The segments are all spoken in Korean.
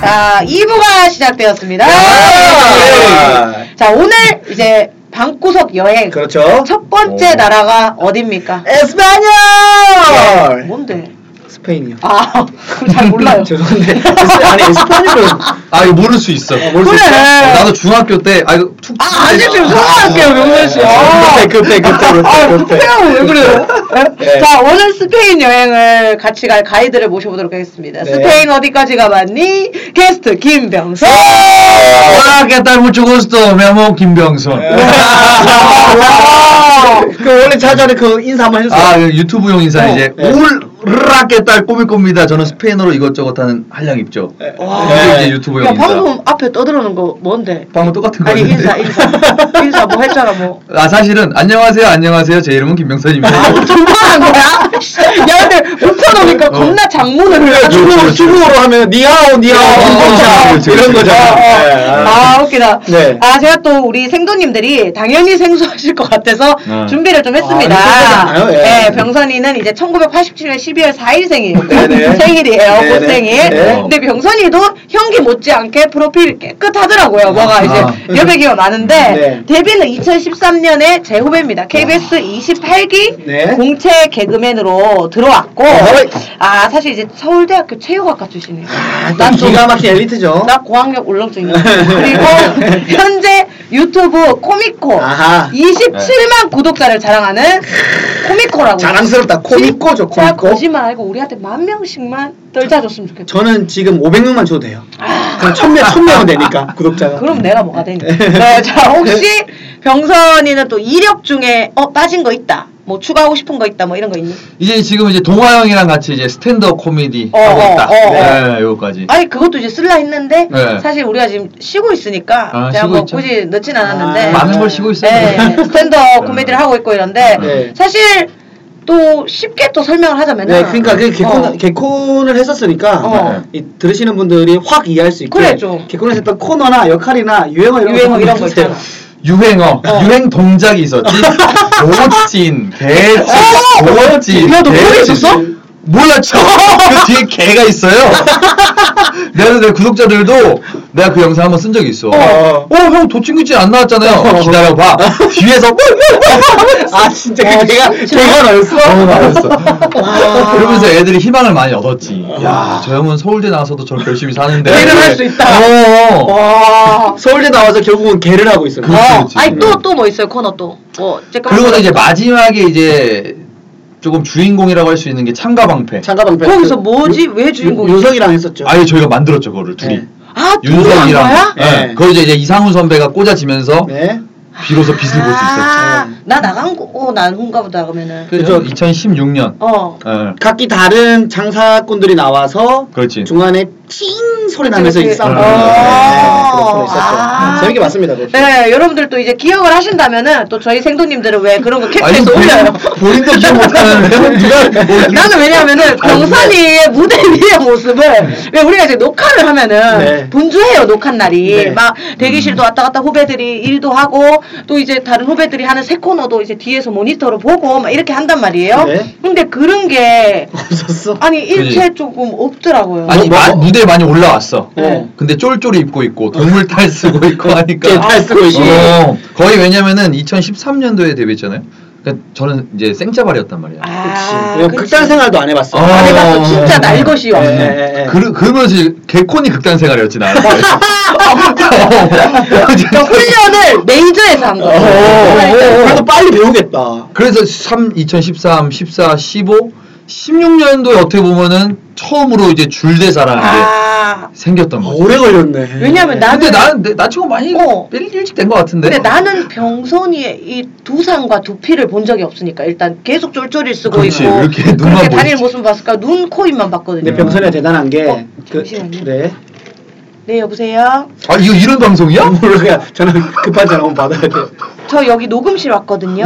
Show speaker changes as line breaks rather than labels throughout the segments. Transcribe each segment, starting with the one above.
자, 2부가 시작되었습니다.
야!
아!
자, 오늘 이제 방구석 여행.
그렇죠.
첫 번째
오.
나라가 어딥니까?
에스파뇰!
뭔데?
스페인이요.
아, 그걸 잘 몰라요.
죄송한데 에스- 아니 에스파뇰은
아 이거 모를 수 있어. 모를 수
그래.
있어. 나도 중학교 때 아 이거 툭.
아, 아니지, 소원할게요, 명선 씨.
아,
급해, 급해, 급해, 급해.
아, 급해요, 왜 그래요?
네.
자, 오늘 스페인 여행을 같이 갈 가이드를 모셔보도록 하겠습니다.
네.
스페인 어디까지 가봤니? 게스트 김병선.
네.
와, ¿qué tal? Mucho gusto. Me llamo 김병선.
네. 와.
그 원래 자자는 그 인사 한번 해주세요.
아, 이거 유튜브용 인사
어.
이제
네.
올라 ¿qué tal? 꾸밀 겁니다. 저는 스페인어로 이것저것 하는 한량 있죠.
네.
와.
이게
네.
이제 유튜브용
야,
인사.
방금 앞에 떠들어는 거 뭔데?
방금 똑같은 거
아니,
했는데.
인사, 인사. 인사 뭐 했잖아, 뭐.
아 사실은 안녕하세요, 안녕하세요. 제 이름은
아,
김병선입니다.
존말한 거야? 야, 근데 웃어놓으니까 겁나 장문을 흘려.
그러니까 중국어, 중국어로 하면 니하오, 니하오,
어,
인공차
그렇지,
이런
그렇지.
거잖아. 네.
아, 아, 웃기다.
네.
아, 제가 또 우리 생도님들이 당연히 생소하실 것 같아서
네.
준비를 좀 했습니다.
아, 생소하잖아요. 예.
네, 병선이는 이제 1987년 12월 4일생이에요.
네네.
생일이에요,
네네.
곧 생일.
네.
근데 병선이도 형기 못지않게 프로필 깨끗하더라고요. 뭐가 이제
아.
여백이가 많은데
네. 아.
데뷔는 2013년에 제 후배입니다. KBS 28기
네.
공채 개그맨으로 들어왔고
어허이.
아, 사실 이제 서울대학교 체육학과 출신이에요.
아, 난
난 좀-
기가 막힌 엘리트죠.
나 고학력 울렁증 있는 그리고 현재 유튜브 코미코
아하. 네.
27만 구독자를 자랑하는 코미코라고
자랑스럽다. 코미코죠,
진짜
코미코.
거짓말 말고 우리한테 만 명씩만 떨자줬으면 좋겠다 아,
저는 지금 500명만 줘도 돼요. 그럼 1000명, 1000명은 되니까, 구독자가.
그럼 내가 뭐가 되니 네, 자 혹시 병선이는 또 이력 중에 어 빠진 거 있다 뭐 추가하고 싶은 거 있다 뭐 이런 거 있니?
이제 지금 이제 동화 형이랑 같이 이제 스탠드업 코미디
어,
하고
어,
있다.
어, 어.
네, 요거까지.
아니 그것도 이제 쓸라 했는데
네.
사실 우리가 지금 쉬고 있으니까
아,
제가
쉬고
뭐
있죠.
굳이 넣진 않았는데
아,
많은 걸 쉬고 있어요.
네, 스탠드업 코미디를 하고 있고 이런데
네.
사실 또 쉽게 또 설명을 하자면
네, 그러니까 그 개콘,
어.
개콘을 했었으니까 네,
어.
이, 들으시는 분들이 확 이해할 수 있게
그래, 좀.
개콘에서 했던 코너나 역할이나 유행어 이런
유행어
거
이런 거
해주세요.
있잖아.
유행어, 유행 동작이 있었지. 도찐, 개찐, 도찐.
야, 너 그거 있었어?
몰랐죠. 그 뒤에 개가 있어요. 내가 내 구독자들도 내가 그 영상 한번 쓴 적이 있어.
어.
어, 형 도찐구찐 안 나왔잖아요.
어.
기다려봐. 뒤에서
아 진짜
어,
그 개가 개가 나였어?
너무 많았어. 그러면서 애들이 희망을 많이 얻었지. 야, 저 형은 서울대 나와서도 저렇게 열심히 사는데.
개를 할 수 있다.
어.
와 서울대 나와서 결국은 개를 하고 있어.
그렇지,
어.
그렇지.
아니 또 또 뭐 있어요 코너 또뭐
그리고
음.
이제 마지막에 이제 조금 주인공이라고 할 수 있는 게 참가 방패.
장가방 배.
거기서 뭐지? 왜 주인공이지?
윤석이랑 했었죠.
아예 저희가 만들었죠 그거를 둘이.
네.
아 둘이 한 거야?
윤석이랑.
거야?
네.
네.
그걸 이제, 이제 이상훈 선배가 꽂아지면서
네.
비로소 빛을 볼 수 있었지.
아, 나 나간 거난 혼가 보다 그러면은
그죠? 2016년.
어
예.
각기 다른 장사꾼들이 나와서
그렇지.
중간에 칭 소리 나면서
그치,
이제
그치.
싸우는
아.
네, 네, 그런 코너 있었죠.
아.
재밌게 봤습니다. 그거.
네, 여러분들 또 이제 기억을 하신다면은 또 저희 생도님들은 왜 그런 거 캡처해서
본인-
올려요?
본인도 기억 못하는데 누가 뭐 이렇게-
나는
아,
왜냐면은 병선이의 무대 위의 모습을 왜 우리가 이제 녹화를 하면은
네.
분주해요 녹화 날이
네.
막 대기실도 왔다 갔다 후배들이 일도 하고 또 이제 다른 후배들이 하는 새 코너도 이제 뒤에서 모니터로 보고 막 이렇게 한단 말이에요.
네.
근데 그런 게
없었어.
아니 일체 조금 없더라고요.
아니
뭐,
마-
뭐.
무대에 많이 올라왔어.
네.
근데 쫄쫄이 입고 있고 동물 탈 쓰고 있고 하니까.
개탈 쓰고 있고.
어, 거의 왜냐면은 2013년도에 데뷔했잖아요. 그러니까 저는 이제 생짜발이었단 말이야.
아,
그냥
그치.
극장 생활도 안 해봤어.
어.
안 해봤어 진짜
어.
날 것이요.
네.
그, 그러면서 이제 개콘이 극단 생활이었지, 나는.
아, 어,
어.
그러니까 아, 훈련을 메이저에서 한 그러니까
어, 어, 어, 어.
거예요.
그래도 빨리 배우겠다.
그래서 3, 2013, 14, 15, 16년도에 어떻게 보면은 처음으로 이제 줄대사라는 게
네.
아,
생겼던 거지.
오래 걸렸네.
왜냐면 나-
근데 나는, 내- 나 지금 많이
어.
일- 일찍 된 것 같은데.
근데 나는 병선이의 이 두상과 두피를 본 적이 없으니까 일단 계속 쫄쫄이 쓰고
그렇지,
있고
이렇게
그렇게
눈만
다니는
보이지.
모습 봤을까 눈, 코, 입만 봤거든요.
근데 네, 병선이가 대단한 게
어,
그,
잠시만요.
네.
네 여보세요.
아, 이거 이런 방송이야?
네.
모르가 저는 급한 전화 한번 받아야 돼.
저 여기 녹음실 왔거든요.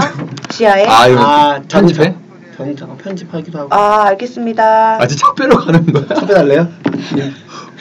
지하에.
아, 이거
아,
편집해?
자동차. 저희 잠깐 편집하기도 하고.
아 알겠습니다.
아직 차 빼러 가는 거야?
차 빼달래요? 네.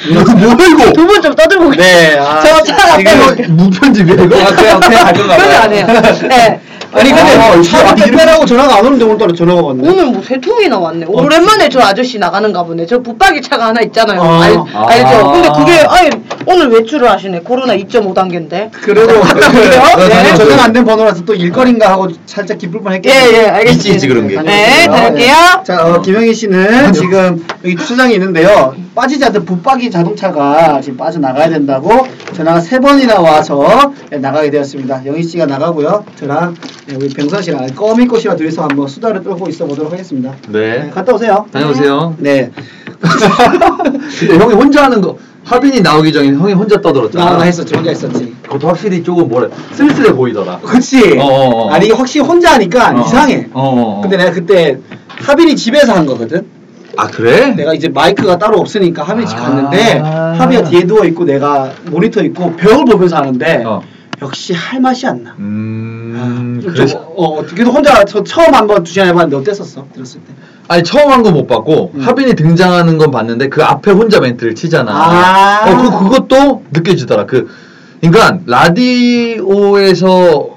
이거 뭐야 이거?
두 분 좀 떠들고 계세요.
네, 아,
저차
이거
빼고. 올게요.
무편집이야 이거?
아, 그냥 그냥 안 들어가
그러면
봐요.
안 해요. 네.
아니 근데
아, 이거
차를
이름-
빼라고 전화가 안 오는데 오늘따라 전화가 왔네.
오늘 뭐 세 통이나
어,
왔네. 오랜만에 저 아저씨 나가는가 보네. 저 붙박이 차가 하나 있잖아요.
아.
알,
아.
알죠? 근데 그게, 아니, 오늘 외출을 하시네. 코로나 2.5단계인데.
그래도
어,
아,
그래요?
네,
네.
전화가 안 된 번호라서 또 일거리인가 하고 살짝 기쁠
예,
뻔했겠네요.
예, 알겠습니다.
있지, 그런 게.
네, 다녀올게요.
자, 어, 김영희 씨는 지금 여기 주차장이 있는데요. 빠지지 않던 붙박이 자동차가 지금 빠져나가야 된다고 전화가 세 번이나 와서 예, 나가게 되었습니다. 영희 씨가 나가고요. 저랑 예, 우리 병선 씨랑 꺼미꽃이와 둘이서 한번 수다를 떨고 있어 보도록 하겠습니다. 네,
네.
갔다 오세요.
다녀오세요.
네.
근데 형이 혼자 하는 거 하빈이 나오기 전에 형이 혼자 떠들었잖아.
나, 나 했었지, 혼자 했었지.
그것도 확실히 조금 뭐래 쓸쓸해 보이더라.
그치?
어, 어, 어.
아니, 이게 확실히 혼자 하니까
어.
이상해.
어, 어, 어.
근데 내가 그때 하빈이 집에서 한 거거든?
아 그래?
내가 이제 마이크가 따로 없으니까 하빈이 집
아.
갔는데 하빈이 뒤에 누워 있고 내가 모니터 있고 벽을 보면서 하는데
어.
역시 할 맛이 안 나.
음.
좀,
그래서
어, 그래도 혼자 저 처음 한 번 두 시간 해봤는데 어땠었어? 들었을 때.
아니 처음 한 거 못 봤고
음.
하빈이 등장하는 건 봤는데 그 앞에 혼자 멘트를 치잖아.
아.
어, 그 그것도 느껴지더라. 그 그러니까 라디오에서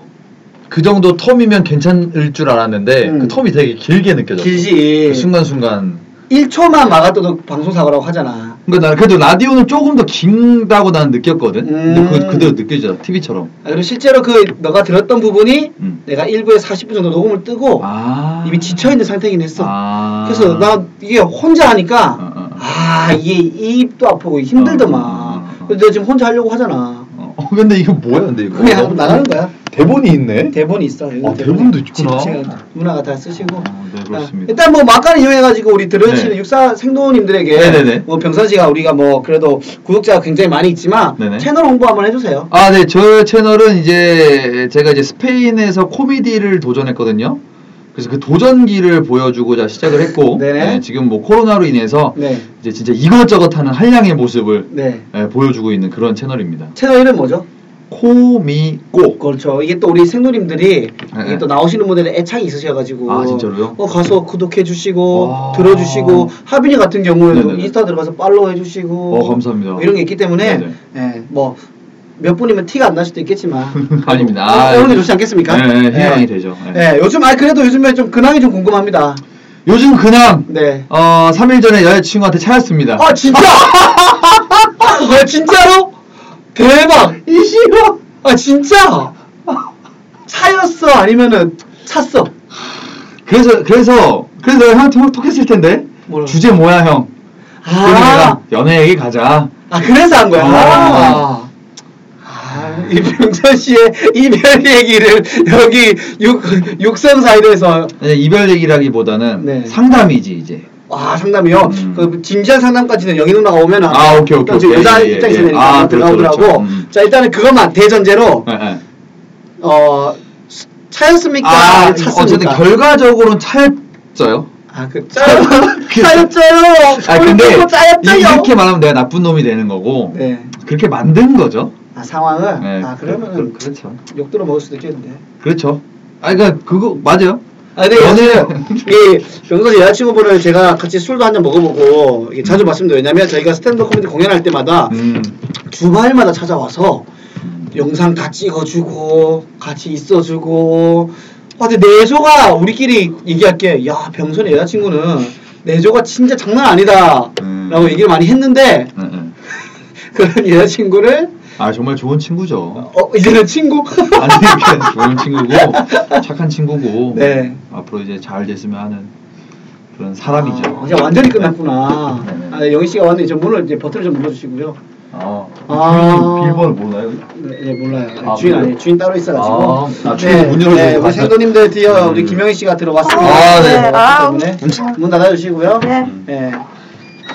그 정도 텀이면 괜찮을 줄 알았는데
음.
그 텀이 되게 길게 느껴졌어.
길지.
그 순간순간.
1초만 막아도 방송사고라고 하잖아.
그러니까 난 그래도 라디오는 조금 더 긴다고 나는 느꼈거든.
음.
근데 그거 그대로 느껴져. TV처럼.
아, 그리고 실제로 그 너가 들었던 부분이
음.
내가 1부에 40분 정도 녹음을 뜨고
아.
이미 지쳐 있는 상태이긴 했어.
아.
그래서 나 이게 혼자 하니까
어, 어, 어.
아 이게 이 입도 아프고 힘들더만.
어, 어, 어, 어.
근데 내가 지금 혼자 하려고 하잖아.
어, 근데 이게 뭐야, 근데 이거?
그냥 나가는 거야.
대본이 있네.
대본이 있어. 여기
아, 대본도 있구나.
지금 누나가 다 쓰시고.
아, 네, 그렇습니다.
아, 일단 뭐 막간을 이용해가지고 우리 들으시는
네.
육사 생도원님들에게
네, 네, 네.
뭐 병선 씨가 우리가 뭐 그래도 구독자가 굉장히 많이 있지만
네, 네.
채널 홍보 한번 해주세요.
아, 네. 저 채널은 이제 제가 이제 스페인에서 코미디를 도전했거든요. 그래서 그 도전기를 보여주고자 시작을 했고
네네.
네, 지금 뭐 코로나로 인해서
네.
이제 진짜 이것저것 하는 한량의 모습을
네.
예, 보여주고 있는 그런 채널입니다.
채널 이름 뭐죠?
코미꼬.
그렇죠. 이게 또 우리 생도님들이
네,
이게
네.
또 나오시는 분들의 애착이 있으셔가지고
아, 진짜로요?
어 가서 구독해 주시고
아.
들어주시고 하빈이 같은 경우에도
네네네.
인스타 들어가서 팔로우 해주시고
어, 감사합니다.
뭐 이런 게 있기 때문에
네네.
뭐몇 분이면 티가 안 날 수도 있겠지만
아닙니다.
어,
아,
그런 게
예.
좋지 않겠습니까?
네, 네, 희망이
예.
되죠. 예.
예, 요즘 아 그래도 요즘에 좀 근황이 좀 궁금합니다.
요즘 그냥
네.
어 3일 전에 여자친구한테 차였습니다.
아 진짜? 아 진짜로? 대박! 이시로? 아 진짜? 차였어 아니면은 찼어?
그래서 그래서 그래서 내가 형한테 톡- 톡했을 텐데
뭐라고?
주제 뭐야 형? 그래서 내가 연애 얘기 가자.
아 그래서 한 거야.
아.
아. 아, 이 병선 씨의 이별 얘기를 여기 6 6341에서
네, 이별 얘기라기보다는
네.
상담이지 이제.
와 상담이요.
음.
그 진지한 상담까지는 영희 누나가 오면 안
아,
돼요.
오케이, 오케이,
이제
오케이.
여자
예, 예,
입장에서
예.
되니까
아,
한번
그렇죠,
들어가보라고.
그렇죠. 음.
자 일단은 그것만 대전제로
예, 예.
어 수- 차였습니까?
아,
그러니까 아니면 찼습니까?
어쨌든 결과적으로는 차였어요.
아, 그 짜요. 짜였어요.
아 근데
짜였어요.
이렇게 말하면 내가 나쁜 놈이 되는 거고
네.
그렇게 만든 거죠.
아 상황을
네,
아 그러면은
그- 그렇죠.
욕 들어 먹을 수도 있겠는데.
그렇죠. 아 그러니까 그거 맞아요. 네,
아, 근데
연애는-
요즘 이 병선 여자친구분을 제가 같이 술도 한 잔 먹어보고 이게 자주 봤습니다. 왜냐면 저희가 스탠드 코미디 공연할 때마다
음. 예,
주말마다 찾아와서 영상 다 찍어주고 같이 있어주고 아, 근데 내조가 우리끼리 얘기할게 야 병선의 여자친구는 내조가 진짜 장난 아니다
음.
라고 얘기를 많이 했는데
예, 예.
그런 여자친구를
아 정말 좋은 친구죠.
어 이제는 친구
아니 그러니까 좋은 친구고 착한 친구고
네.
앞으로 이제 잘 됐으면 하는 그런 사람이죠.
아, 이제 완전히 끝났구나
네, 네.
아, 영희 씨가 완전 이제 문을 이제 버튼을 좀 눌러주시고요
어.
아.
빌보는 뭐나요?
네, 네, 몰라요
아,
주인
몰라요?
아니에요 주인 따로 있어가지고
아, 아, 주인 문 열어주고
네, 우리
가자.
생도님들 드디어
음.
우리 김영희 씨가 들어왔습니다
아, 네.
아우.
네, 때문에 문 닫아주시고요
네.
음.
네.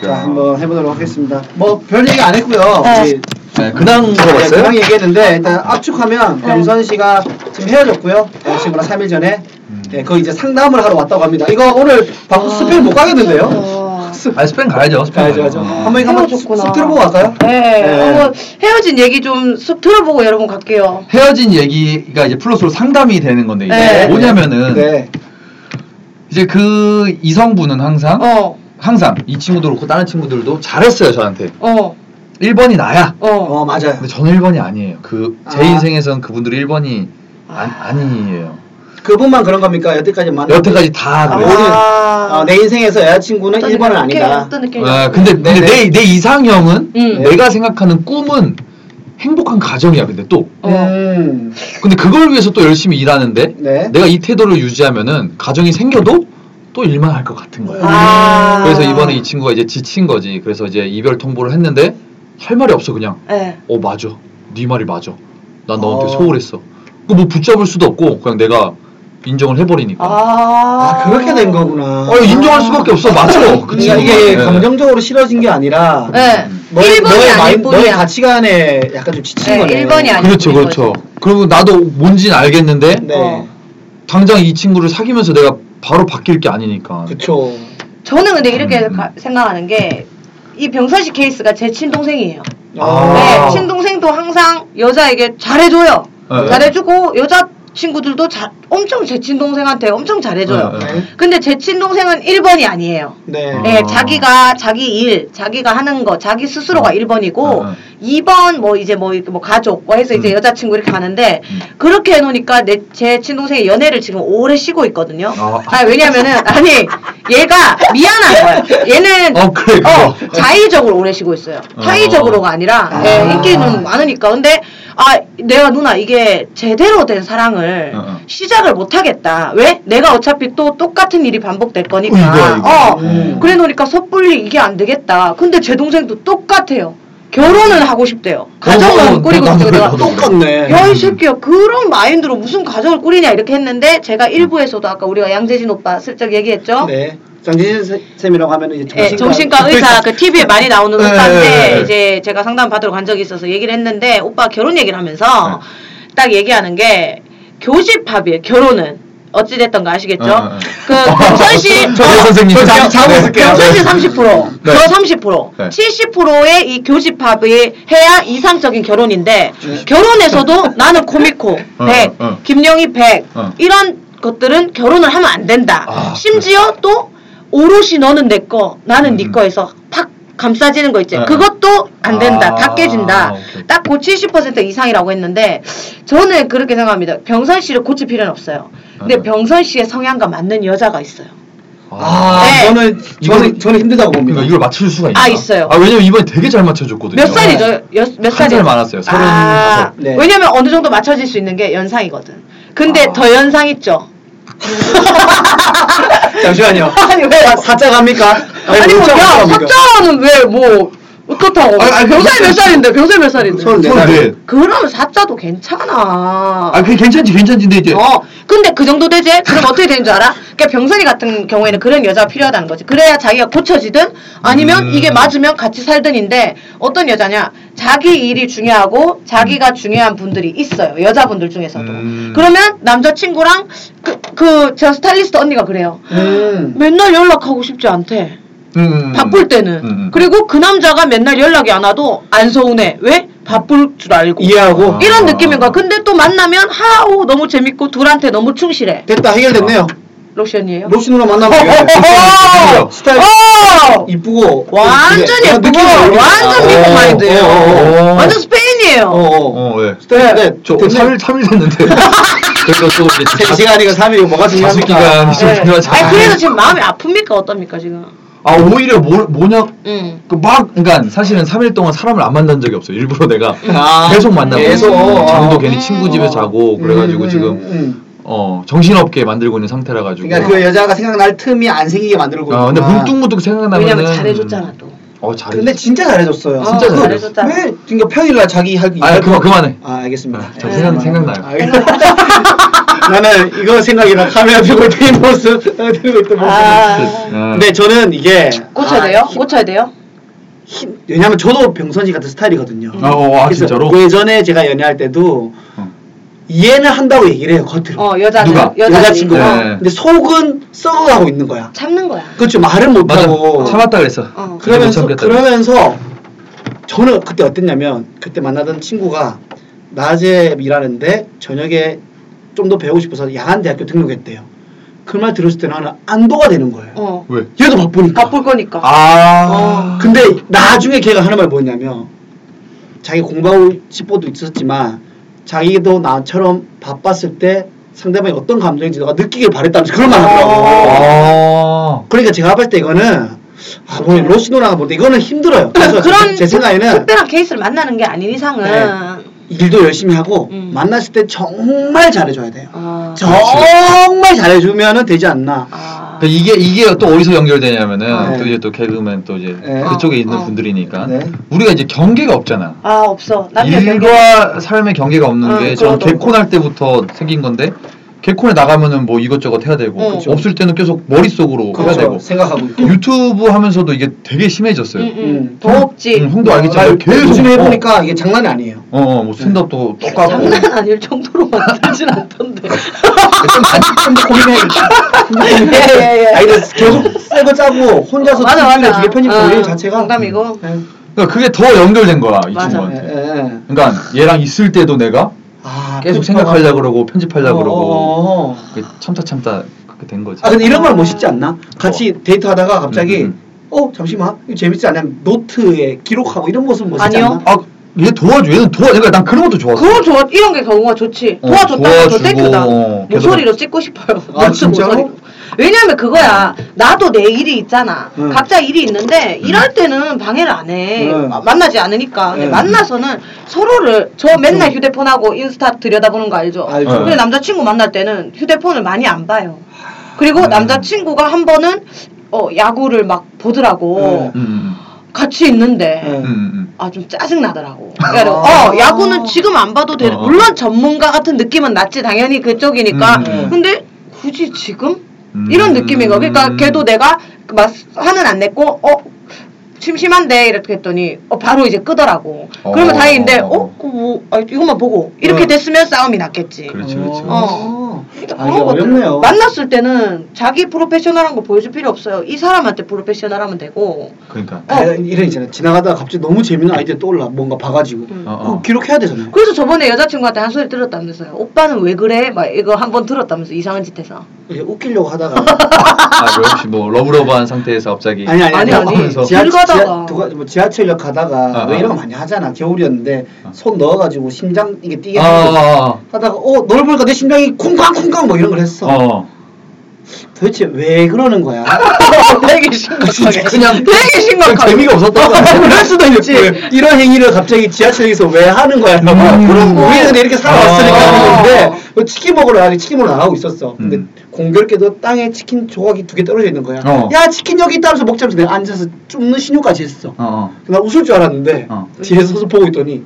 자 한번 해보도록 하겠습니다 뭐 별 얘기 안 했고요
네.
우리
네, 근황
네,
물어봤어요?
그냥 얘기했는데 일단 압축하면
네.
병선 씨가 지금 헤어졌고요. 여자친구랑 3일 전에
음.
네, 거 이제 상담을 하러 왔다고 합니다. 이거 오늘 방송
아,
스페인 못 가겠는데요?
어.
아 스팸 가야죠. 스팸
가야죠, 가죠.
어.
한번 한번
헤어졌구나.
쑥 들어보고 갈까요?
네,
네.
한번 헤어진 얘기 좀 쑥 들어보고 여러분 갈게요.
헤어진 얘기가 이제 플러스로 상담이 되는 건데 이게
네.
뭐냐면은
네.
이제 그 이성분은 항상
어,
항상 이 친구도 그렇고 다른 친구들도 잘했어요 저한테.
어,
1번이 나야.
어.
어 맞아요.
근데 저는 1번이 아니에요. 그 제
아.
인생에선 그분들이 1번이 아, 니에요
그분만 그런 겁니까? 여태까지 만난
여태까지 다
아,
그래요.
모든-
아.
아, 내 인생에서 여자친구는
어떤
1번은
느낌,
아니다.
어떤 느낌이
아, 근데
네,
내,
네.
내, 내 이상형은 네.
음.
내가 생각하는 꿈은 행복한 가정이야 근데 또
어.
음.
근데 그걸 위해서 또 열심히 일하는데
네.
내가 이 태도를 유지하면은 가정이 생겨도 또 일만 할 것 같은 거야
아.
그래서 이번에 이 친구가 이제 지친 거지 그래서 이제 이별 통보를 했는데 할 말이 없어 그냥
네.
어 맞아 네 말이 맞아 난 너한테
어.
소홀했어 그 뭐 붙잡을 수도 없고 그냥 내가 인정을 해버리니까
아.
아 그렇게 된 거구나.
어, 인정할 수밖에 없어 맞아 그
그러니까
친구가
이게
네.
감정적으로 싫어진 게 아니라
네.
너의,
1번이
너의
아닐
마인- 너의
뿐이야.
가치관에 약간 좀 지친
네,
거네.
1번이 아니야.
그렇죠
아닌
그렇죠 그리고 나도 뭔진 알겠는데
네.
어.
당장 이 친구를 사귀면서 내가 바로 바뀔 게 아니니까.
그쵸.
저는 근데 이렇게
음.
가- 생각하는 게 이 병선 씨 케이스가 제 친동생이에요.
아.
네, 친동생도 항상 여자에게 잘해줘요.
네.
잘해주고 여자 친구들도 자- 엄청 제 친동생한테 엄청 잘해줘요.
네,
네.
근데 제 친동생은 1번이 아니에요.
네.
어.
네, 자기가 자기 일, 자기가 하는 거, 자기 스스로가
어.
1번이고
어, 어.
2번 뭐 이제 뭐, 이렇게 뭐 가족 뭐 해서 이제
음.
여자친구 이렇게 가는데
음.
그렇게 해놓으니까 내, 제 친동생이 연애를 지금 오래 쉬고 있거든요.
어.
아 왜냐면은 아니 얘가 미안한 거야. 얘는
어 그래. 그거.
어, 자의적으로 오래 쉬고 있어요.
어.
타의적으로가 아니라
아.
예, 인기는 많으니까. 근데 아 내가 누나 이게 제대로 된 사랑을
어, 어.
시작을 못 하겠다. 왜? 내가 어차피 또 똑같은 일이 반복될 거니까.
음, 이거야, 이거.
그러니까. 어.
음.
그래 놓으니까 섣불리 이게 안 되겠다. 근데 제 동생도 똑같아요. 결혼은 하고 싶대요.
어, 어,
가정은 꾸리고
나도
싶대요.
그래,
내가
나도 그래.
똑같네.
야 이 새끼야 그런 마인드로 무슨 가정을 꾸리냐 이렇게 했는데 제가 일부에서도 아까 우리가 양재진 오빠 슬쩍 얘기했죠.
네. 장진진 세- 쌤이라고 하면 이제
예,
정신과,
정신과 의사 그 TV에 많이 나오는
네, 네,
의사인데
네.
이제 제가 상담 받으러 간 적이 있어서 얘기를 했는데 오빠 결혼 얘기를 하면서
네.
딱 얘기하는 게 교집합이에요 결혼은 어찌 됐던 거 아시겠죠?
네, 네, 네.
그 경선 씨
저
어,
선생님.
저 네, 자리 잡고 있을게요.
경선 씨 30%,
네.
저 30%,
네.
70%의 이 교집합이 해야 이상적인 결혼인데
네.
결혼에서도 나는 코미코
어,
100,
어, 어.
김영희 100
어.
이런 것들은 결혼을 하면 안 된다.
아,
심지어 또 오롯이 너는 내 거, 나는 네
음.
거에서 팍 감싸지는 거 있지.
네.
그것도 안 된다.
아,
다 깨진다.
오케이.
딱 그 70% 이상이라고 했는데 저는 그렇게 생각합니다. 병선 씨를 고칠 필요는 없어요. 근데
네.
병선 씨의 성향과 맞는 여자가 있어요.
아,
네.
저는 저는 저는 힘들다고 봅니다.
그러니까 이걸 맞출 수가 있나?
아, 있어요.
아 왜냐면 이번에 되게 잘 맞춰줬거든요. 네.
몇 살이죠? 여- 몇
한살
살이요?
많았어요. 서른
아,
다섯.
네.
왜냐면 어느 정도 맞춰질 수 있는 게 연상이거든. 근데
아.
더 연상 있죠.
잠시만요.
아니 왜?
사- 사자 갑니까?
아니 뭐,
문자
야,
갑니까?
사자는 왜 뭐 어떻다고?
아니, 아니,
병살 몇
무슨-
살인데? 병살 몇 살인데?
서른 네 살.
서른넷.
그럼 사자도 괜찮아.
아 그게 괜찮지 괜찮지인데 이제
어, 근데 그 정도 되지? 그럼 어떻게 되는 줄 알아? 그러니까 병선이 같은 경우에는 그런 여자가 필요하다는 거지. 그래야 자기가 고쳐지든 아니면
음.
이게 맞으면 같이 살든인데 어떤 여자냐? 자기 일이 중요하고 자기가 중요한 분들이 있어요. 여자분들 중에서도.
음.
그러면 남자친구랑 그, 그, 저 스타일리스트 언니가 그래요.
음.
맨날 연락하고 싶지 않대.
음,
바쁠 때는.
음, 음.
그리고 그 남자가 맨날 연락이 안 와도 안 서운해. 왜? 바쁠 줄 알고.
이해하고
아.
이런 느낌인 거야. 근데 또 만나면 하우 너무 재밌고 둘한테 너무 충실해.
됐다 해결됐네요.
로션이에요?
록시 누나 만나면
아. 어, 어, 어.
되겠네. 스타일
어!
이쁘고
완전
그냥
예쁘고
느낌이 올리고.
완전
아,
미국
어,
마인드예요.
어, 어, 어.
완전 스페인이에요. 네.
어, 어.
어 예.
스타일 네.
저 3일 3일 됐는데. 그래서 또 이제
아,
세 시간이가 3일이고 뭐가
자숙
중요합니까?
기간이 좀
네.
필요하지.
아니 그래서 지금 마음이 아픕니까 어떻습니까 지금? 음.
아 오히려 뭐, 뭐냐
응.
그 막, 그러니까 사실은 3일 동안 사람을 안 만난 적이 없어요. 일부러 내가
아,
계속 만나고
계속.
있어요. 잠도
어.
괜히 친구 집에 자고 그래가지고
음,
지금
음.
어 정신없게 만들고 있는 상태라 가지고.
그러니까 그 여자가 생각날 틈이 안 생기게 만들고.
아, 근데
있구나.
문득문득 생각나면은
왜냐면 잘해줬잖아 또.
어 잘해.
근데 진짜 잘해줬어요.
어,
진짜 잘해.
잘해줬잖아.
왜 그러니까 평일날 자기 하기.
아 그만 그만해.
아 알겠습니다.
아, 저 생각- 생각나요.
아, 나는 이거 생각이나 카메라 들고 테이블스 들고 있던 모습.
그,
아.
어.
근데 저는 이게
고쳐야
아,
돼요?
힘-
고쳐야 돼요?
힘- 왜냐면 저도 병선이 같은 스타일이거든요.
아, 어, 아,
그래서
진짜로?
예전에 제가 연애할 때도
어.
이해는 한다고 얘기를 해요 겉으로.
어 여자는
누가?
여자는.
여자친구가.
네.
근데 속은 썩어가고 있는 거야.
참는 거야.
그렇죠 말은
맞아.
못하고.
참았다 그랬어.
어.
그때 못
그러면서
참겠다.
그러면서 저는 그때 어땠냐면 그때 만나던 친구가 낮에 일하는데 저녁에 좀 더 배우고 싶어서 야간 대학교 등록했대요. 그 말 들었을 때 나는 안도가 되는 거예요.
어.
왜?
얘도 바쁘니까.
바쁠 거니까. 어.
아.
근데 나중에 걔가 하는 말 뭐냐면 자기 공부하고 싶어도 있었지만 자기도 나처럼 바빴을 때 상대방이 어떤 감정인지 너가 느끼길 바랬다면서 그런 말
어.
하더라고.
아.
그러니까 제가 봤을 때 이거는 아, 뭐 로시노라가 볼때 이거는 힘들어요.
그러니까
그래서 제, 제 생각에는
특별한 케이스를 만나는 게 아닌 이상은
네. 일도 열심히 하고
음.
만났을 때 정말 잘해줘야 돼요.
아,
정말 잘해주면 되지 않나.
아,
그러니까 이게 이게 또 어디서 연결되냐면은
아, 네.
또 이제 또 개그맨 또 이제
네.
그쪽에
어,
있는
어.
분들이니까
네.
우리가 이제 경계가 없잖아.
아 없어. 남녀 경계.
일과 네. 삶의 경계가 없는
어,
게 저는
그러더라고.
개콘 할 때부터 생긴 건데 개콘에 나가면은 뭐 이것저것 해야 되고
응. 그쵸.
없을 때는 계속 머릿속으로 해야 뭐 되고
그렇죠. 생각하고 있고.
유튜브 하면서도 이게 되게 심해졌어요.
응, 응.
음.
더 없지.
응, 형도 알겠지.
나
계속
요즘
어.
해보니까 이게 장난이 아니에요.
어, 어, 뭐 스탠드업도 똑같고
네. 장난 아닐 정도로 만들진 않던데.
좀 단점도 고민해.
예예예.
아니 근데 계속 새거 짜고 혼자서
맞아,
팀을
맞아.
되게 편집
어,
돌리는 자체가
공감이고.
예,
그러니까 그게 더 연결된 거야 이
맞아.
예,
친구한테.
예, 예.
그러니까 얘랑 있을 때도 내가
아,
계속
편집하고.
생각하려 그러고 편집하려 그러고
어, 어, 어.
그 참다 참다 그렇게 된 거지.
아 근데 이런 말 멋있지 않나? 같이 데이트하다가 갑자기
뭐. 음,
어 잠시만 이거 재밌지 않냐? 노트에 기록하고 이런 모습 멋있지
아니요.
않나?
아, 얘 도와줘. 얘는 도와. 그러니까 난 그런 것도 좋았어.
그거 좋아 이런 게 경우가 좋지.
어,
도와줬다면 더
도와주고,
땡큐다.
어,
모서리로
계속-
찍고 싶어요.
아,
노트
진짜로?
모서리로. 왜냐면 그거야. 나도 내 일이 있잖아.
응.
각자 일이 있는데 일할 때는 방해를 안 해.
응.
마- 만나지 않으니까. 근데
응.
만나서는 서로를 저 맨날 휴대폰하고 인스타 들여다보는 거 알죠?
알죠.
근데
응.
남자친구 만날 때는 휴대폰을 많이 안 봐요. 그리고
음.
남자친구가 한 번은 어, 야구를 막 보더라고.
응.
음,
같이 있는데
응.
음, 음,
아 좀 짜증 나더라고. 그러니까
아.
어 야구는 지금 안 봐도 돼.
어.
물론 전문가 같은 느낌은 낫지 당연히 그쪽이니까.
음.
근데 굳이 지금
음.
이런 느낌이가. 그러니까 걔도 내가 그막 화는 안 냈고 어 심심한데 이렇게 했더니 어 바로 이제 끄더라고. 그러면
어.
다행인데 어 그거 뭐, 아, 이것만 보고 이렇게
어.
됐으면 싸움이 났겠지.
그렇죠, 그렇지, 그렇지.
어.
아, 이게
것들.
어렵네요.
만났을 때는 자기 프로페셔널한 거 보여줄 필요 없어요. 이 사람한테 프로페셔널하면 되고.
그러니까.
아, 이런 있잖아. 지나가다가 갑자기 너무 재밌는 아이디어 떠올라. 뭔가 봐가지고.
음.
어, 어.
그거 기록해야 되잖아요.
그래서 저번에 여자친구한테 한 소리 들었다면서요. 오빠는 왜 그래? 막 이거 한 번 들었다면서 이상한 짓 해서.
이제 웃기려고 하다가.
아, 뭐 역시 뭐 러브러브한 상태에서 갑자기.
아니, 아니, 아니.
아니,
하면서.
아니.
지하,
길 가다가.
지하, 도가- 뭐 지하철역 가다가
아,
왜
아.
이런 거 많이 하잖아. 겨울이었는데
아.
손 넣어가지고 심장 이게 뛰게
아,
하는 거.
아,
하다가 어 너를 보니까 내 심장이 쿵쾅쿵쾅 뭐 이런 걸
아.
했어.
어.
도대체 왜 그러는 거야?
되게 심각하게.
그냥-
되게 심각하게.
재미가 없었다.
그럴 수도 있지. 이런 행위를 갑자기 지하철에서 왜 하는 거야? 뭐
음.
그런 거. 우리는 이렇게 살아왔으니까
아.
하는 건데 뭐 치킨 먹으러 나가 치킨 먹으러 나가고 있었어. 근데
음.
공교롭게도 땅에 치킨 조각이 두 개 떨어져 있는 거야.
어.
야 치킨 여기 있다 하면서 먹자면서 내가 앉아서 쫓는 신호까지 했어.
어, 어.
나 웃을 줄 알았는데
어.
뒤에서 서서 보고 있더니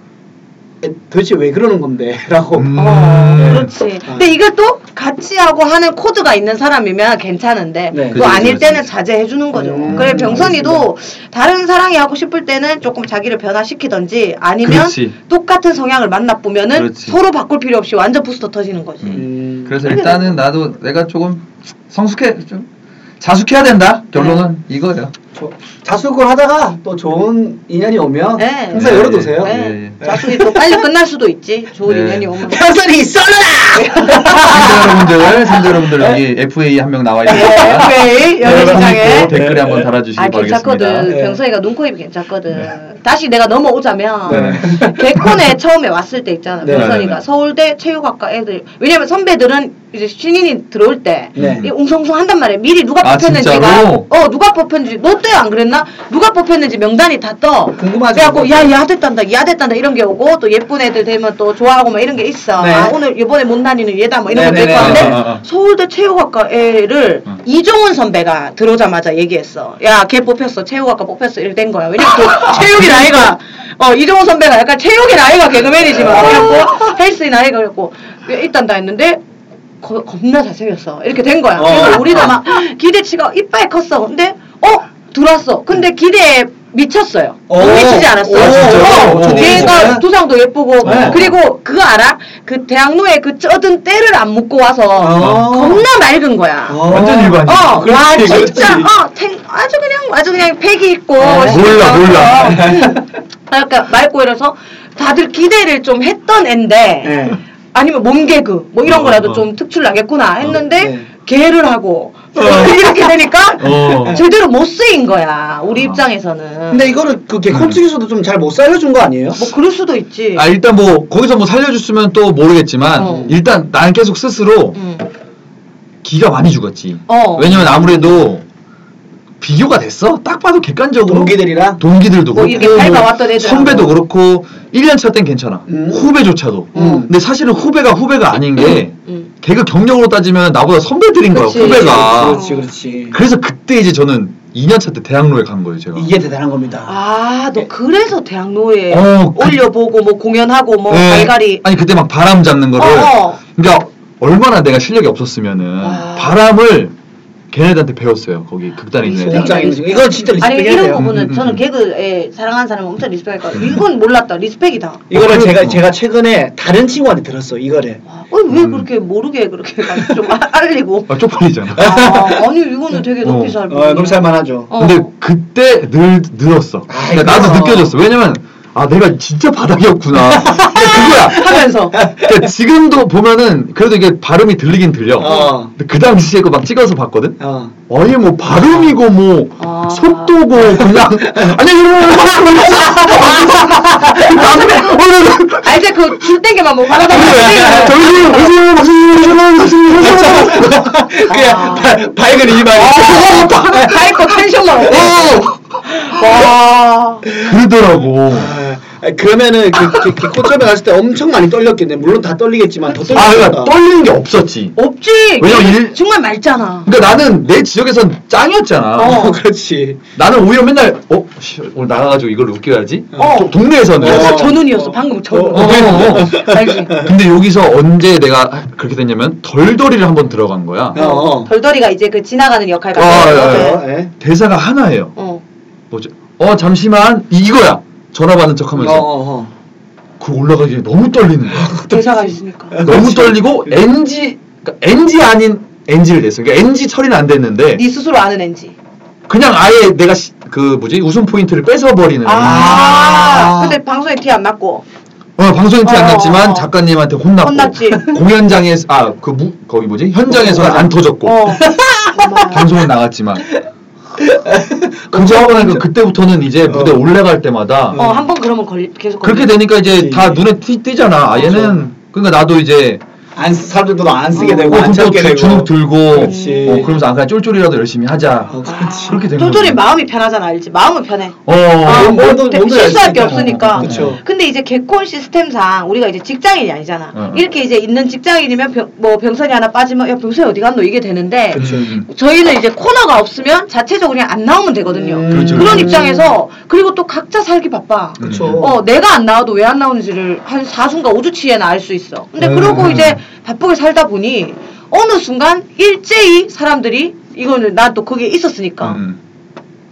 에, 도대체 왜 그러는 건데? 라고
음.
어,
네.
그렇지.
아.
근데 이게 또 같이 하고 하는 코드가 있는 사람이면 괜찮은데
네.
또
그죠, 그죠,
아닐
그죠.
때는 자제해 주는 거죠.
음,
그래 병선이도 다른 사랑이 하고 싶을 때는 조금 자기를 변화시키던지 아니면
그렇지.
똑같은 성향을 만나 보면은
그렇지.
서로 바꿀 필요 없이 완전 부스터 터지는 거지.
음.
그래서 일단은 나도 내가 조금 성숙해 좀 자숙해야 된다. 결론은 이거예요.
저- 자숙을 하다가 또 좋은 인연이 오면
네.
항상
네.
열어두세요.
예,
네.
예.
자식이 또 빨리 끝날 수도 있지. 좋은
네.
인연이 오면.
평선이 썰어라!
삼자 여러분들, 삼자 여러분들 여기 FA 한 명 나와 있습니다.
네,
네,
여기 시장에.
또 댓글에 한번 달아주시기
아
바라겠습니다.
괜찮거든.
네.
병선이가 눈코입이 괜찮거든. 다시 내가 넘어오자면
네.
개콘에 처음에 왔을 때 있잖아.
네.
병선이가
네.
서울대 체육학과 애들. 왜냐면 선배들은 이제 신인이 들어올 때
네.
이 웅성웅성 한단 말이야. 미리 누가
아,
뽑혔는지가
진짜로?
어 누가 뽑혔는지 너 때 안 그랬나? 누가 뽑혔는지 명단이 다 떠.
궁금하지,
그래갖고
궁금하지.
야야 됐단다, 야 됐단다 이런 게 오고 또 예쁜 애들 되면 또 좋아하고 막 이런 게 있어.
네.
아 오늘 이번에 못 다니는 얘다 뭐 이런 것도
네네네.
있고 한데
아, 아, 아.
서울대 체육학과 애를
응.
이종훈 선배가 들어오자마자 얘기했어. 야, 걔 뽑혔어. 체육학과 뽑혔어. 이렇게 된 거야. 왜냐면 그 체육이 나이가, 어, 이종훈 선배가 약간 체육이 나이가 개그맨이지만 어렸고, 헬스의 나이가 그랬고, 왜 일단 다 했는데, 거- 겁나 잘생겼어. 이렇게 된 거야. 그래서
어.
우리도 막 기대치가 이빨 컸어. 근데, 어? 들어왔어. 근데 기대에 미쳤어요. 못
어.
미치지 않았어요.
아,
진짜요?
어,
어,
얘가
진짜요?
두상도 예쁘고,
네.
그리고 그거 알아? 그 대학로에 그 쩌든 때를 안 묶고 와서
어.
겁나 맑은 거야.
어. 아,
완전 일반인.
어,
그렇지,
와
그렇지.
진짜 어, 탱, 아주 그냥 아주 그냥 팩이 있고
어,
진짜
몰라,
어,
몰라.
음. 그러니까 맑고 이래서 다들 기대를 좀 했던 앤데
네.
아니면 몸개그 뭐 이런
어,
거라도
어.
좀 특출나겠구나 했는데
네.
개를 하고
어.
이렇게 되니까
어.
제대로 못 쓰인 거야 우리
아.
입장에서는
근데 이거를 그
음.
개콘 측에서도 좀 잘 못 살려준 거 아니에요?
뭐 그럴 수도 있지
아 일단 뭐 거기서 뭐 살려줬으면 또 모르겠지만
어.
일단 난 계속 스스로
음.
기가 많이 죽었지.
어.
왜냐면 아무래도 비교가 됐어. 딱 봐도 객관적으로
동기들이랑?
동기들도
뭐
그렇고
이렇게 밟아왔던 애들하고.
선배도 그렇고 1년 차 땐 괜찮아.
음.
후배조차도.
음.
근데 사실은 후배가 후배가 아닌 게
음.
걔가 경력으로 따지면 나보다 선배들인 거야
그치.
후배가.
그렇지, 그렇지.
그래서 그때 이제 저는 2년 차 때 대학로에 간 거예요 제가.
이게 대단한 겁니다.
아, 너 그래서 대학로에
어, 그-
올려보고 뭐 공연하고 뭐
네.
갈갈이
아니 그때 막 바람 잡는 거를
어.
그러니까 얼마나 내가 실력이 없었으면은
아.
바람을 걔네들한테 배웠어요 거기 극단에 있는
리스펙.
애들
진짜 이거- 이건 진짜
아니
리스펙해야
이런
돼요.
부분은
음, 음,
저는
음.
개그에 예, 사랑하는 사람은 엄청 리스펙할거예요 이건 몰랐다 리스펙이다
이거를
어,
제가
그렇구나.
제가 최근에 다른 친구한테 들었어. 이거를.
와, 아, 어이, 왜
음.
그렇게 모르게 그렇게 막 좀 알리고
아, 쪽팔리잖아
아, 아니 이거는 되게 높이
어.
살
어, 너무 살만하죠.
어. 아,
근데 그때 늘 늘었어 그러니까 나도
그럼.
느껴졌어 왜냐면 아 내가 진짜 바닥이었구나 근데 그거야
하면서
그러니까 지금도 보면은 그래도 이게 발음이 들리긴 들려
어.
근데 그 당시에 그거 막 찍어서 봤거든
어.
아니 뭐 발음이고 뭐
아.
속도고 그냥 아니 이거 뭐 나중에
아 이제 그 줄 땡겨만 뭐 바라다
정신 무슨 무슨 무슨 무슨
그냥
아.
바- 밝은 이마에.
가입고 텐션만 오고
어.
와
뭐 그러더라고
아, 그러면은 그, 그, 그 코첩에 갔을 때 엄청 많이 떨렸겠네. 물론 다 떨리겠지만 더
아
떨렸다.
그러니까
어.
떨리는 게 없었지
없지
왜냐면 일-
정말 맑잖아
그러니까 나는 내 지역에선 짱이었잖아
어.
그렇지.
나는 오히려 맨날 어 씨, 오늘 나가가지고 이걸 웃겨야지
어.
도- 동네에서는
그래서
어.
전운이었어 방금 전운
어, 어, 어.
알지
근데 여기서 언제 내가 그렇게 됐냐면 덜덜이를 한번 들어간 거야
아.
어, 어.
덜덜이가 이제 그 지나가는 역할 같은
어,
거.
예,
어,
네.
예.
대사가 하나예요
어.
뭐지? 어 잠시만 이- 이거야 전화 받는
어,
척하면서
어, 어.
그 올라가기 전에 너무 떨리는 거야
대사가 있으니까.
너무
그렇지.
떨리고 NG 그러니까 NG 아닌 NG를 냈어 그러니까 NG 처리는 안 됐는데
네 스스로 아는 앤지.
그냥 아예 내가 시- 그 뭐지 웃음 포인트를 뺏어버리는
아. 근데 방송에 티 안 맞고.
어, 방송에 티 안
어,
났지만
어.
작가님한테 혼났고
혼났지.
공연장에서 아그 거기 뭐지 현장에서는 안 터졌고
어.
음.
정말.
방송은 나갔지만 그저 그 그때부터는 이제 무대
어.
올라갈 때마다
어, 한 번 그러면 걸 계속
그렇게
걸려.
되니까 이제
그치.
다 눈에 티, 띄잖아. 아,
맞아.
얘는 그러니까 나도 이제
안 쓰- 사람들도 안 쓰게
어,
되고
어,
안
그럼
찾게
또
네, 되고.
주눅 들고
그치.
어, 그러면서 안 그냥 쫄쫄이라도 열심히 하자.
어, 그렇지.
그렇게 되는
쫄쫄이
거지.
아. 마음이 편하잖아, 알지? 마음은 편해.
어.
아,
몸,
뭐
몸도-
대-
몸도
실수할 게
열심히
없으니까.
하잖아. 그쵸.
근데 이제 개콘 시스템상 우리가 이제 직장인이 아니잖아.
응, 응.
이렇게 이제 있는 직장인이면 병, 뭐 병선이 하나 빠지면 야 병선이 어디 갔노 이게 되는데
음.
저희는 이제 코너가 없으면 자체적으로 그냥 안 나오면 되거든요.
음.
그렇죠.
그런
음.
입장에서 그리고 또 각자 살기 바빠.
그렇죠.
음.
어, 내가 안 나와도 왜 안 나오는지를 한 4주인가 5주치에는 알 수 있어. 근데
음.
그러고 이제 바쁘게 살다 보니 어느 순간 일제히 사람들이 이거는 난 또 그게 있었으니까.
음.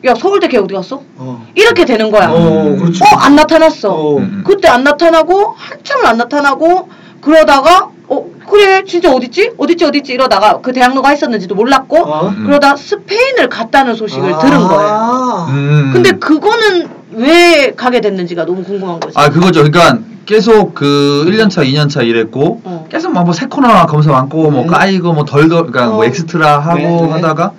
야, 서울대 걔 어디 갔어?
어.
이렇게 되는 거야.
어, 그렇죠.
어, 안 나타났어.
어.
음.
그때 안 나타나고 한참을 안 나타나고 그러다가 어 그래 진짜 어딨지 어딨지 어딨지 이러다가 그 대학로가 있었는지도 몰랐고
어.
음.
그러다 스페인을 갔다는
아.
소식을 들은 거예요.
음.
아. 근데 그거는 왜 가게 됐는지가 너무 궁금한 거지.
아 그거죠. 그러니까 계속 그 1년차, 2년차 이랬고
어. 네.
계속 막뭐 새코나 검사 많고 뭐
음.
까이고 뭐 덜덜 그러니까 뭐
어.
엑스트라 하고
네, 네.
하다가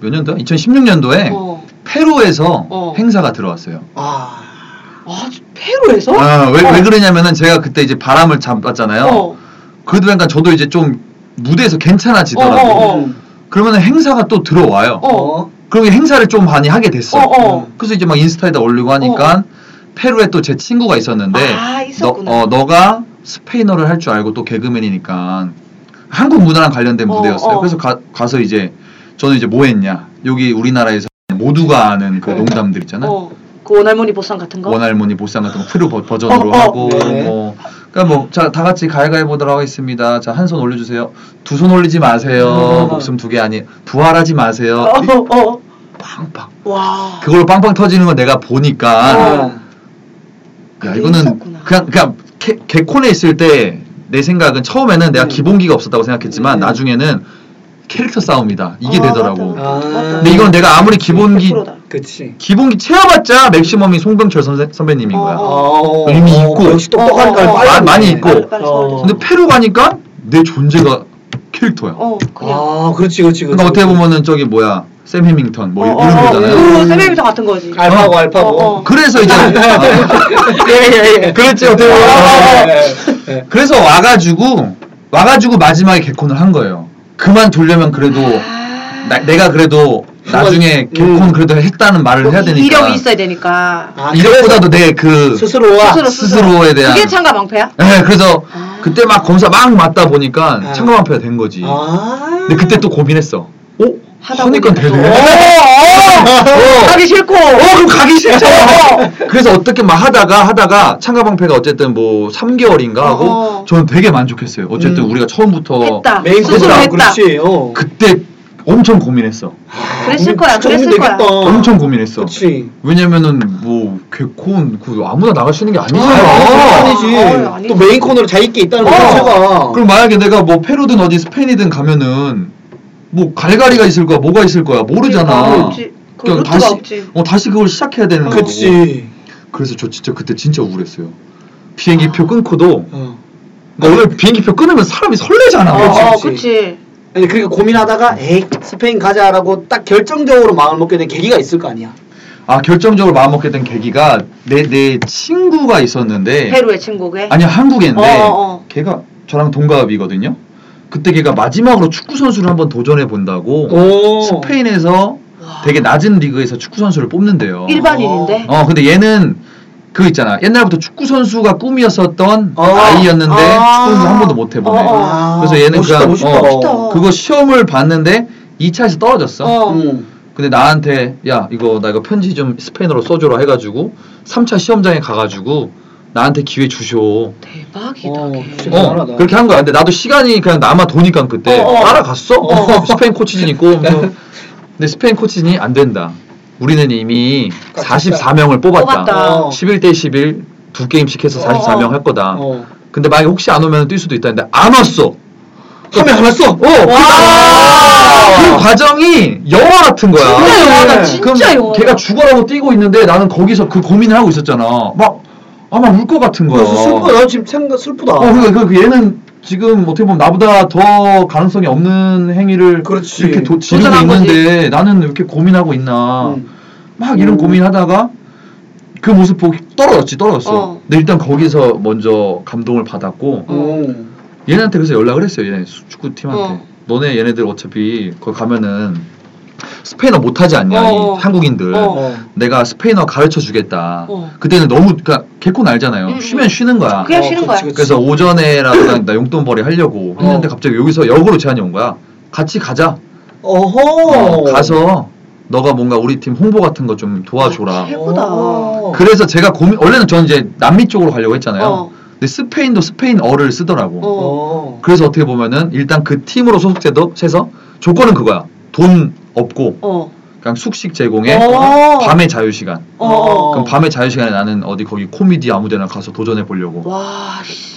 몇 년도야? 2016년도에
어.
페루에서
어.
행사가 들어왔어요.
아.
아 페루에서?
아, 왜,
어.
왜 그러냐면은 제가 그때 이제 바람을 잡았잖아요.
어.
그러다 보니까 저도 이제 좀 무대에서 괜찮아지더라고요.
어, 어, 어.
음.
그러면 행사가 또 들어와요.
어.
그러면 행사를 좀 많이 하게 됐어.
어, 어.
그래서 이제 막 인스타에다 올리고 하니까 페루에 또 제 친구가 있었는데
아, 있었구나.
너, 어, 너가 스페인어를 할 줄 알고 또 개그맨이니까 한국 문화랑 관련된
어,
무대였어요.
어.
그래서 가, 가서 이제 저는 이제 뭐 했냐. 여기 우리나라에서 모두가 아는 그
어.
농담들 있잖아.
어. 그 원할머니 보쌈 같은 거?
원할머니 보쌈 같은 거 프로 버- 버전으로
어, 어.
하고
네.
뭐 그러니까 뭐자 다 같이 가위가위 보도록 하겠습니다. 자 한 손 올려주세요. 두 손 올리지 마세요.
음.
목숨 두 개 아니 부활하지 마세요.
어, 어.
빵빵
와.
그걸로 빵빵 터지는 거 내가 보니까
어.
야
그게
이거는
있었구나.
그냥 그냥 개, 개콘에 있을 때 내 생각은 처음에는 내가
음.
기본기가 없었다고 생각했지만
음.
나중에는 캐릭터 싸움이다 이게
아, 음.
되더라고.
맞다, 맞다, 맞다.
아.
근데 이건 내가 아무리 기본기
100%다.
그치.
기본기 채워봤자 맥시멈이 송병철 선생, 선배님인 거야.
어, 어.
어.
의미 있고. 아,
역시 똑똑하니까
어, 어, 어.
빨리
많이
하네.
있고. 어.
빨리, 빨리 서울대.
근데 페루 가니까 내 존재가 캐릭터야.
어 그냥
아, 그렇지, 그렇지, 그렇지.
그러니까 어떻게 보면은 저기 뭐야 샘 해밍턴 뭐
어,
이런
어,
거잖아요. 아,
그 세메미터 같은 거지.
알파고, 알파고.
어, 어.
그래서 이제
아, 네. 예, 예, 예.
그랬지 어떻게 보면. 그렇죠.
네.
네. 그래서 와가지고 와가지고 마지막에 개콘을 한 거예요. 그만 돌려면 그래도 나- 내가 그래도 나중에
그건-
개콘 그래도 했다는 말을 해야 되니까
이력이 있어야 되니까.
아,
이력보다도 내그
스스로와
스스로
스스로에 대한-
그게 참가 방패야?
네, 그래서
아.
그때 막 검사 막 맞다 보니까
아.
참가방패가 된 거지.
아.
근데 그때 또 고민했어. 오?
하다 보니까
하니까 되네.
또.
어.
하기 싫고. 어.
어, 그럼 가기 싫잖아. 그래서 어떻게 막 하다가 하다가 참가방패가 어쨌든 뭐 3개월인가 하고
어.
저는 되게 만족했어요. 어쨌든
음.
우리가 처음부터
했다.
메인
스스로
코스라
했다.
그렇지. 어.
그때 엄청 고민했어.
그랬을 거야,
진짜 고민
그랬을 거야.
되겠다.
엄청 고민했어.
그렇지.
왜냐면은 뭐 개콘 그 아무나 나갈 수 있는 게
아,
아니잖아.
아니지. 어,
아니지.
아니지.
또 메인 코너로 자기 있게 있다는 거
어.
자체가.
그럼 만약에 내가 뭐 페루든 어디 스페인이든 가면은 뭐 갈갈이가 있을 거야, 뭐가 있을 거야 모르잖아.
그러니까, 없지. 그
그냥
루트가
다시
없지.
어 다시 그걸 시작해야 되는 거고.
그렇지.
그래서 저 진짜 그때 진짜 우울했어요. 비행기 표 끊고도
어.
그러니까 원래 비행기 표 끊으면 사람이 설레잖아.
어,
그렇지,
어,
그렇지.
그치.
아니 그러니까 고민하다가 에이 스페인 가자라고 딱 결정적으로 마음을 먹게 된 계기가 있을 거 아니야.
아 결정적으로 마음 먹게 된 계기가 내 내 친구가 있었는데
페루의 친구게.
네. 아니 한국인데
어, 어, 어.
걔가 저랑 동갑이거든요. 그때 걔가 마지막으로 축구 선수를 한번 도전해 본다고
오.
스페인에서 되게 낮은 리그에서 축구 선수를 뽑는데요.
일반인인데.
어 근데 얘는 그 있잖아 옛날부터 축구 선수가 꿈이었었던
어.
아이였는데
아.
축구 선수 한 번도 못 해보네.
어, 어.
그래서 얘는
멋있다,
그냥
멋있다.
어,
멋있다.
그거 시험을 봤는데 2차에서 떨어졌어.
어.
음.
근데 나한테 야 이거 나 이거 편지 좀 스페인어로 써줘라 해가지고 3차 시험장에 가가지고 나한테 기회 주쇼.
대박이다.
어,
걔.
진짜.
어,
대단하다.
그렇게 한 거야. 근데 나도 시간이 그냥 남아 도니까 그때
어, 어.
따라갔어.
어.
스페인 코치진 있고. 그래서 근데 스페인 코치진이 안 된다. 우리는 이미 44명을 뽑았다.
뽑았다.
어.
11대 11 두 게임씩 해서 44명 할 거다.
어.
근데 만약에 혹시 안 오면 뛸 수도 있다는데 안 왔어.
하면 안 왔어.
어, 그, 그 과정이 영화 같은 거야.
진짜 영화다, 진짜
그럼
영화다.
걔가 죽어라고 뛰고 있는데 나는 거기서 그 고민을 하고 있었잖아. 막 아마 울 것 같은 거야.
그래서 어, 슬프다. 나 지금 생각 슬프다.
어, 그러니까 그 얘는 지금 어떻게 보면 나보다 더 가능성이 없는 행위를
그렇지.
이렇게 도, 지르고
도전한 거지.
있는데 나는 왜 이렇게 고민하고 있나.
음.
막 이런
음.
고민하다가 그 모습 보고 떨어졌지, 떨어졌어.
어.
근데 일단 거기서 먼저 감동을 받았고
어.
얘네한테 그래서 연락을 했어요. 얘네 수- 축구팀한테.
어.
너네 얘네들 어차피 거기 가면은 스페인어 못하지 않냐 이
어.
한국인들.
어.
내가 스페인어 가르쳐 주겠다.
어.
그때는 너무 그러니까 개콘 알잖아요.
음,
쉬면
음.
쉬는 거야.
그냥
어,
쉬는
그치,
거야.
그치.
그래서 오전에라도 그냥 나 용돈벌이 하려고 했는데
어.
갑자기 여기서 역으로 제안이 온 거야. 같이 가자.
어허.
어, 가서 너가 뭔가 우리 팀 홍보 같은 거 좀 도와줘라.
아, 최고다.
어.
그래서 제가 고민 원래는 저는 이제 남미 쪽으로 가려고 했잖아요.
어.
근데 스페인도 스페인어를 쓰더라고.
어.
어.
그래서 어떻게 보면은 일단 그 팀으로 소속돼도 해서 조건은 그거야. 돈 없고
어.
그냥 숙식 제공에
어.
밤에 자유 시간.
어. 어.
그럼 밤에 자유 시간에 나는 어디 거기 코미디 아무데나 가서 도전해 보려고.
와, 씨.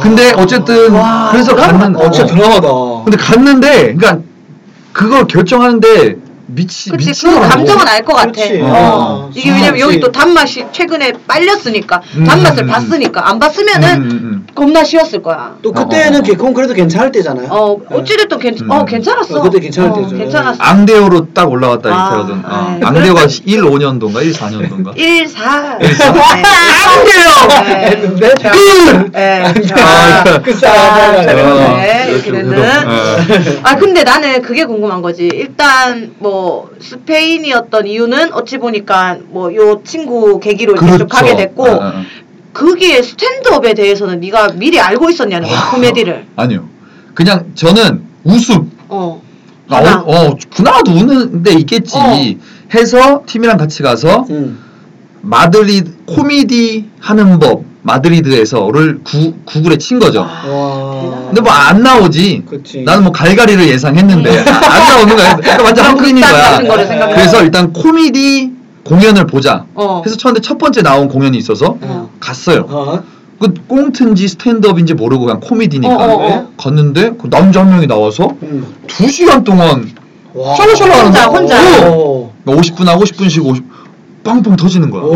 근데 어쨌든
와,
그래서
드라마.
갔는
아. 어, 진짜
어.
드라마다.
근데 갔는데 그러니까 그걸 결정하는데
그치,
미치
그
미치더라고.
감정은 알 것 같아.
그렇지.
어.
어.
이게 왜냐면 여기 또 단맛이 최근에 빨렸으니까, 단맛을
음, 음,
봤으니까, 안
음, 음,
봤으면은
음.
겁나 쉬웠을 거야.
또
어, 어, 어.
그때는 개콘 그래도 괜찮을 때잖아요.
어, 어찌됐든 괜,
음.
어, 괜찮았어.
어, 그때 괜찮을
어,
때죠.
괜찮았어.
아. 앙대호로 딱 올라갔다
아,
이렇게 하거든. 아,
아이,
앙대호가
그래서-
1 5년도인가 1 4년도인가.
1, 4.
네.
했는데
네.
아,
예.
그 싸움을
아,
잘
그러네.
이렇게
이렇게 됐는.
해도, 예.
아, 근데 나는 그게 궁금한 거지. 일단, 뭐, 스페인이었던 이유는 어찌 보니까, 뭐, 요 친구 계기로 이제
그렇죠.
좀 가게 됐고,
어, 어, 어.
그게 스탠드업에 대해서는 네가 미리 알고 있었냐는 거야, 코미디를.
아니요. 그냥 저는 웃음.
어.
아,
하나.
어, 어, 그나마도 우는 데 있겠지.
어.
해서 팀이랑 같이 가서
음.
마드리드 코미디 하는 법 마드리드에서를 구, 구글에 친 거죠.
와.
근데 뭐 안 나오지.
아. 그치.
나는 뭐 갈갈이를 예상했는데 안 나오는 거야. 그러니까 완전 한국인인
극단
거야.
같은 거를 생각해.
그래서 일단 코미디 공연을 보자.
어.
그래서 처음에 첫 번째 나온 공연이 있어서
어.
갔어요.
어.
그 꽁트인지 스탠드업인지 모르고 그냥 코미디니까
어, 어, 어.
갔는데 그 남자 한 명이 나와서
음.
두 시간 동안
와.
샬라샬라 하는
혼자,
거야.
혼자.
오.
50분 하고 10분 쉬고 50... 빵빵 터지는 거야.
어.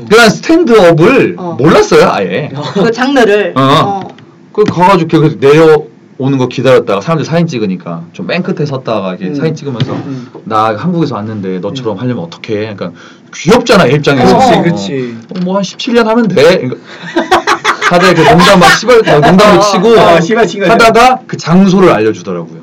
오.
그냥 스탠드업을
어.
몰랐어요 아예.
그 장르를.
어. 그 가가지고 걔가 내려 오는 거 기다렸다가 사람들 사진 찍으니까 좀 맨 끝에 섰다가 이렇게
음.
사진 찍으면서
음.
나 한국에서 왔는데 너처럼 하려면 어떡해 그러니까 귀엽잖아 얘 입장에서 어.
그치,
그치.
뭐한 17년 하면 돼 그러니까 다들 이렇게 농담 막 시발 농담을 치고
어, 시발 치고
하다가 그 장소를 알려주더라고요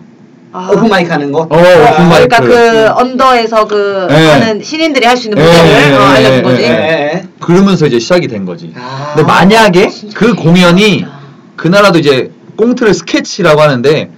아.
오픈마이크 하는 거.
어, 오픈마이크.
그러니까 그 언더에서 그
예.
하는 신인들이 할 수 있는
예,
무대를
예,
어, 알려준 거지.
예, 예. 그러면서 이제 시작이 된 거지.
아.
근데 만약에
진짜
그 공연이
신기하다.
그나라도 이제 꽁트를 스케치라고 하는데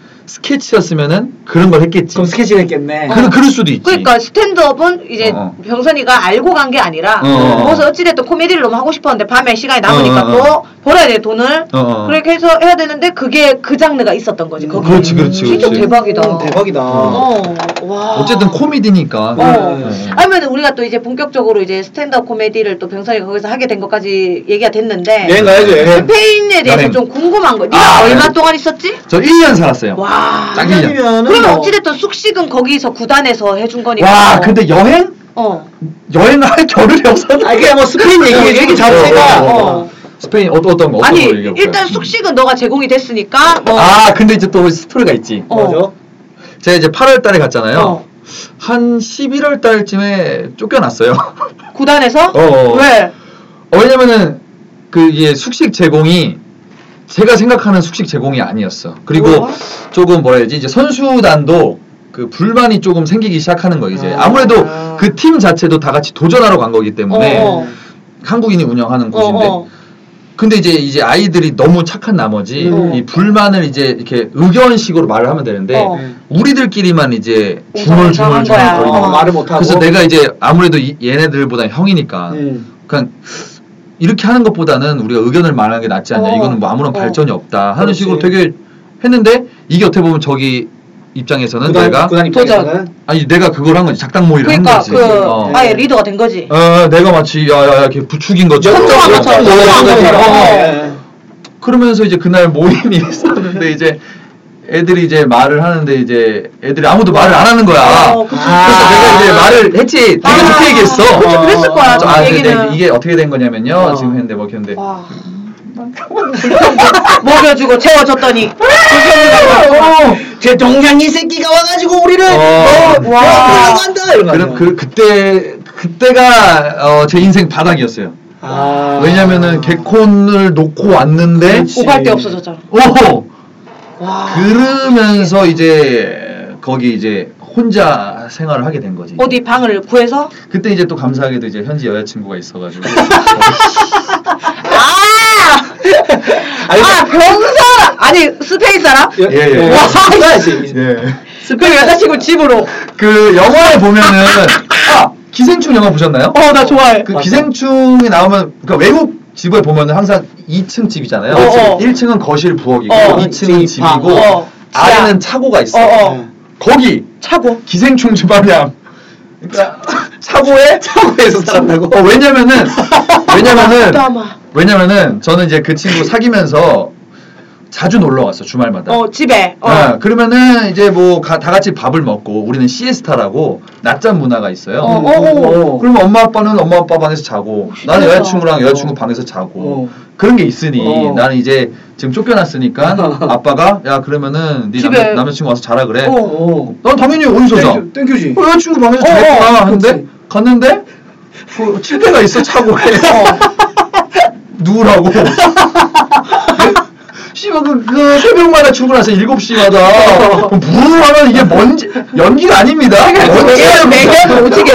스케치였으면은 그런 걸 했겠지.
그럼 스케치를 했겠네.
그, 그럴 수도 있지.
그러니까 스탠드업은 이제
어.
병선이가 알고 간 게 아니라
어.
거기서 어찌됐든 코미디를 너무 하고 싶었는데 밤에 시간이 남으니까
어, 어, 어.
또 벌어야 돼 돈을
어, 어.
그렇게 해서 해야 되는데 그게 그 장르가 있었던 거지 거기.
그렇지, 그렇지,
진짜
그렇지.
대박이다
음, 대박이다.
어, 와.
어쨌든 코미디니까.
어.
네.
아니면 우리가 또 이제 본격적으로 이제 스탠드업 코미디를 또 병선이가 거기서 하게 된 것까지 얘기가 됐는데 그
여행 가야죠, 여행.
스페인에 대해서
여행.
좀 궁금한 거 네가
네, 아,
얼마
여행.
동안 있었지?
저 1년 살았어요.
와
딱
일 년이면은
그러면
뭐-
어찌됐든 숙식은 거기서 구단에서 해준 거니까
와, 근데 여행?
어.
여행을 할 겨를이 없었는데.
아, 그냥 뭐 스페인 얘기, 얘기 자체가.
어.
어.
스페인, 어, 어떤 거? 어떤
아니
거 얘기해볼까요?
일단 숙식은 너가 제공이 됐으니까 뭐
아, 근데 이제 또 스토리가 있지.
어.
뭐죠?
제가 이제 8월 달에 갔잖아요.
어.
한 11월 달쯤에 쫓겨났어요.
구단에서
어, 어.
왜?
어, 왜냐면은 그 이게 숙식 제공이 제가 생각하는 숙식 제공이 아니었어. 그리고
뭐야?
조금 뭐라 해야지 이제 선수단도 그 불만이 조금 생기기 시작하는 거 이제
아.
아무래도 그 팀 자체도 다 같이 도전하러 간 거기 때문에
어, 어.
한국인이 운영하는
어,
곳인데
어.
근데 이제 이제 아이들이 너무 착한 나머지
음.
이 불만을 이제 이렇게 의견식으로 말을 하면 되는데
어.
우리들끼리만 이제
우상을 정한 거야.
중얼중얼중얼거리는
어,
거야.
말을 못하고.
그래서 내가 이제 아무래도 이- 얘네들보다 형이니까
음.
그냥 이렇게 하는 것보다는 우리가 의견을 말하는 게 낫지 않냐.
어.
이거는 뭐 아무런
어.
발전이 없다 하는
그렇지.
식으로 되게 했는데 이게 어떻게 보면 저기 입장에서는
구단-
내가
구단 입장에서는.
아니 내가 그걸 한 거지 작당 모의를 한
그러니까
거지.
그
어.
아예 리더가 된 거지
어, 내가 마치 야야야 이렇게 부추긴 것처럼
협조한 것처럼,
어,
협조한
어,
것처럼.
어, 어.
예.
그러면서 이제 그날 모임이 있었는데 이제 애들이 이제 말을 하는데 이제 애들이 아무도 말을 안 하는 거야.
어, 그치.
그래서 내가 이제 말을 했지. 되게
아.
좋게 얘기했어.
그치, 그랬을 거야,
아,
좀
아, 근데
얘기는.
이게 어떻게 된 거냐면요.
어.
지금 했는데 뭐 이렇게 했는데
와 음, 먹여주고 채워줬더니
제 동생 이 새끼가 와가지고 우리를
어.
너
와.
와. 한다 이런
그럼 그 그때 그때가 어, 제 인생 바닥이었어요.
아.
왜냐면은 개콘을 놓고 왔는데
그렇지.
오갈 데 없어졌잖아
오
와
그러면서 이제 거기 이제 혼자 생활을 하게 된 거지.
어디 방을 구해서
그때 이제 또 감사하게도 이제 현지 여자친구가 있어가지고
아니,
아 병사 아니 스페인 사람
예,
예, 예.
와, 이거야지.
스페인 여자친구 집으로
그 영화에 보면은 아 기생충 영화 보셨나요?
어 나 좋아해
그
맞다.
기생충이 나오면 그러니까 외국 집에 보면은 항상 2층 집이잖아요.
어, 어.
1층은 거실 부엌이고
어.
2층은
방.
집이고
어.
아래는 차고가 있어.
어, 어.
네.
거기
차고
기생충 주방향. 그러니까 차고에
차고에서 살았다고?
어, 왜냐면은 왜냐면은
아마.
왜냐면은 저는 이제 그 친구 사귀면서 자주 놀러 왔어 주말마다.
어 집에 어
아, 그러면은 이제 뭐 다 같이 밥을 먹고 우리는 시에스타라고 낮잠 문화가 있어요.
어, 어,
어.
그러면 엄마 아빠는 엄마 아빠 방에서 자고 나는
신기하다. 어.
여자친구랑 여자친구 방에서 자고
어.
그런 게 있으니
어.
나는 이제 지금 쫓겨났으니까 아빠가 야 그러면은 네
집에-
남자, 남자친구 와서 자라 그래.
어.
오.
난 당연히 어디서 자?
네. 땡큐- 땡큐지.
어, 여자친구 방에서
어,
자겠구나
어,
하는데
그치.
갔는데 그 침대가 있어 차고에 누우라고 씨발 그, 그 새벽마다 출근해서 7시마다 뭐, 무하면 이게 먼지 연기가 아닙니다
내가
먼지예요.
매년 오지게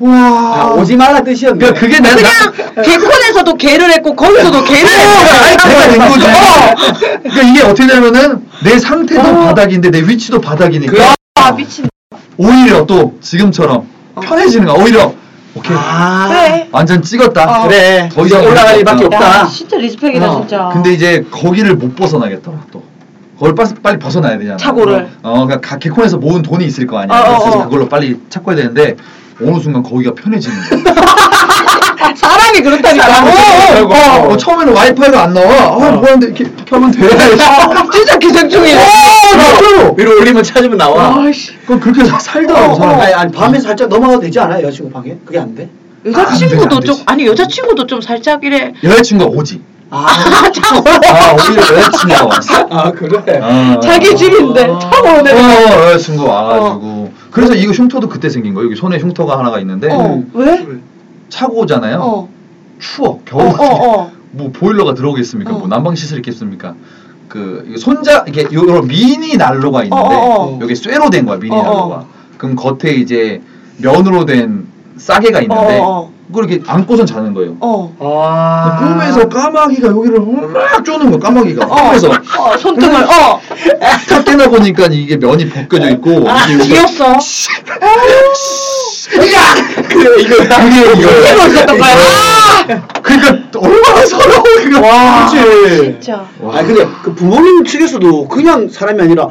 아,
와
오지 마라 뜻이었네.
그러니까 그게 내 나-
그냥 개콘에서도 개를 했고 거기서도 개를
네. 아니,
했고
제가 낸 거지.
어.
그러니까 이게 어떻게 되냐면은 내 상태도 바닥인데 내 위치도 바닥이니까
아 미친
오히려 또 지금처럼 편해지는 거야. 오히려 오케이
아.
그래
완전 찍었다.
어.
그래.
더 이상
올라갈 일밖에
없다.
야
없다.
아, 진짜 리스펙이다
어.
진짜
아. 근데 이제 거기를 못 벗어나겠더라 또. 그걸 빠스- 빨리 벗어나야 되잖아.
차고를.
어, 그러니까 각 개콘에서 모은 돈이 있을 거 아니야.
어, 어,
그래서
어.
그걸로 빨리 찾고 해야 되는데 어느 순간 거기가 편해지는 거야.
사람이 그렇다니까
사람이
어, 어.
그렇다고.
어, 어, 처음에는 와이파이가 안 나와. 아,
뭐, 어.
뭐하는데 이렇게, 이렇게 하면 돼. 어,
진짜 기생충이네
진짜로.
위로 올리면 찾으면 나와.
아이씨
그럼 그렇게 사- 살더라고.
어,
사람.
아니, 아니, 밤에 살짝 넘어가도 되지 않아? 여자친구 방에? 그게 안 돼?
여자친구도 좀
안 되지, 안 되지.
아니 여자친구도 좀 살짝 이래
여자친구가 오지.
아, 참
아,
어려워.
오히려 여자친구.
아 그래?
어.
자기 집인데
어.
참 오네.
어, 여자친구 와가지고. 그래서 이거 흉터도 그때 생긴 거예요. 여기 손에 흉터가 하나가 있는데
어, 왜?
차고 오잖아요.
어.
추워
어,
겨울.
어, 어.
뭐 보일러가 들어오겠습니까?
어.
뭐 난방 시설이 있겠습니까? 그 이게 손자 이게 요런 미니 난로가 있는데
어, 어, 어.
여기 쇠로 된 거야 미니
어, 어.
난로가. 그럼 겉에 이제 면으로 된 싸개가 있는데
어, 어, 어.
그걸 이렇게 안고선 자는 거예요.
어.
아
꿈에서 까마귀가 여기를 막 쪼는 거야 까마귀가 꿈에서
어, 손등을, 어.
탁 깨나 보니까 이게 면이 벗겨져 있고
아,
이게 여기가
귀엽어. 그러니까
그래 이거 그게 이거야.
이거 있었던 거야.
그러니까 얼마나 서러워 이거.
와 그치
진짜.
아 근데 그 부모님 측에서도 그냥 사람이 아니라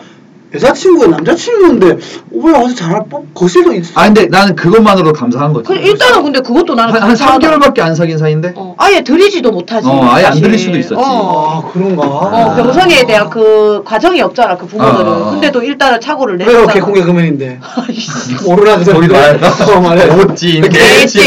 여자친구가 남자친구인데 오늘 와서 잘할 법 거실도 있어
아 근데 나는 그것만으로도 감사한 거지.
그 일단은 근데 그것도 나는
한, 한
감사하다.
3개월밖에 안 사귄 사이인데.
어, 아예 들이지도 못하지.
어, 아예 안
사실.
들일 수도 있었지.
어.
아 그런가
어, 병성에 대한 그 과정이 없잖아, 그 부모들은.
어, 어, 어.
근데도 일단은 착오를
왜요
내잖아.
개콘개 금연인데
아이씨.
모르나 그래
거기도
어, 말해
오찐
그 개찐.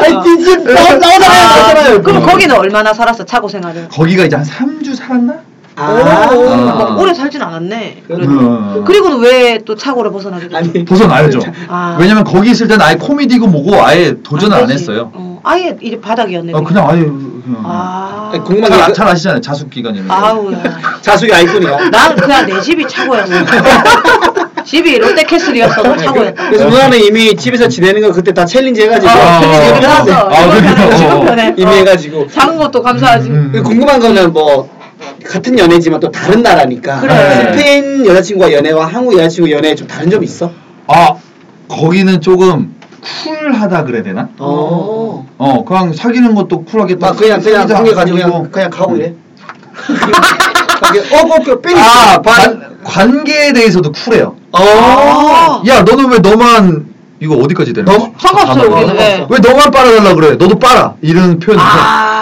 아이 찐찐 나오- 나오잖아요
아,
나오잖아요
그럼
어.
거기는 얼마나 살았어, 착오 생활을?
거기가 이제 한 3주 살았나?
오,
아
아.
막 오래 살진 않았네. 그래도.
음.
그리고는 왜 또 착오를 벗어나게 됐어?
아니
벗어나야죠.
아.
왜냐면 거기 있을 땐 아예 코미디고 뭐고 아예 도전을 안,
되지.
했어요.
어, 아예 이 바닥이었네.
아, 그냥 아예 그냥.
아.
아니, 궁금한
잘, 아-
게
잘 아시잖아요. 자숙 기간이면.
아우야.
자숙이 아이콘이야
나는 그냥 내 집이 착오였어. 집이 롯데캐슬이었어도 착오였다.
그래서 누나는 이미 집에서 지내는 거 그때 다 챌린지 해가지고
아,
챌린지
챌린지
이렇게
아,
해놨어.
해놨어.
아,
이건
그래요?
편해,
어.
이건 편해.
이미
어.
해가지고.
작은 것도 감사하지.
음, 음.
궁금한 거는 뭐 같은 연애지만 또 다른 나라니까
그래.
스페인 여자친구와 연애와 한국 여자친구 연애 좀 다른 점이 있어?
아 거기는 조금 쿨하다 그래야 되나?
어.
어 그냥 사귀는 것도 쿨하게
막
딱
그냥 그냥
사귀자
그냥 가지고 그냥
사귀고.
그냥 가고 이래. 어그 빼기.
아 관, 관계에 대해서도 쿨해요.
아.
야 너는 왜 너만 이거 어디까지 되는
너-
거야?
상관없어요,
다 넘어가?
우리는. 네.
왜 너만 빨아달라 그래? 너도 빨아 이런 표현을 해.
아.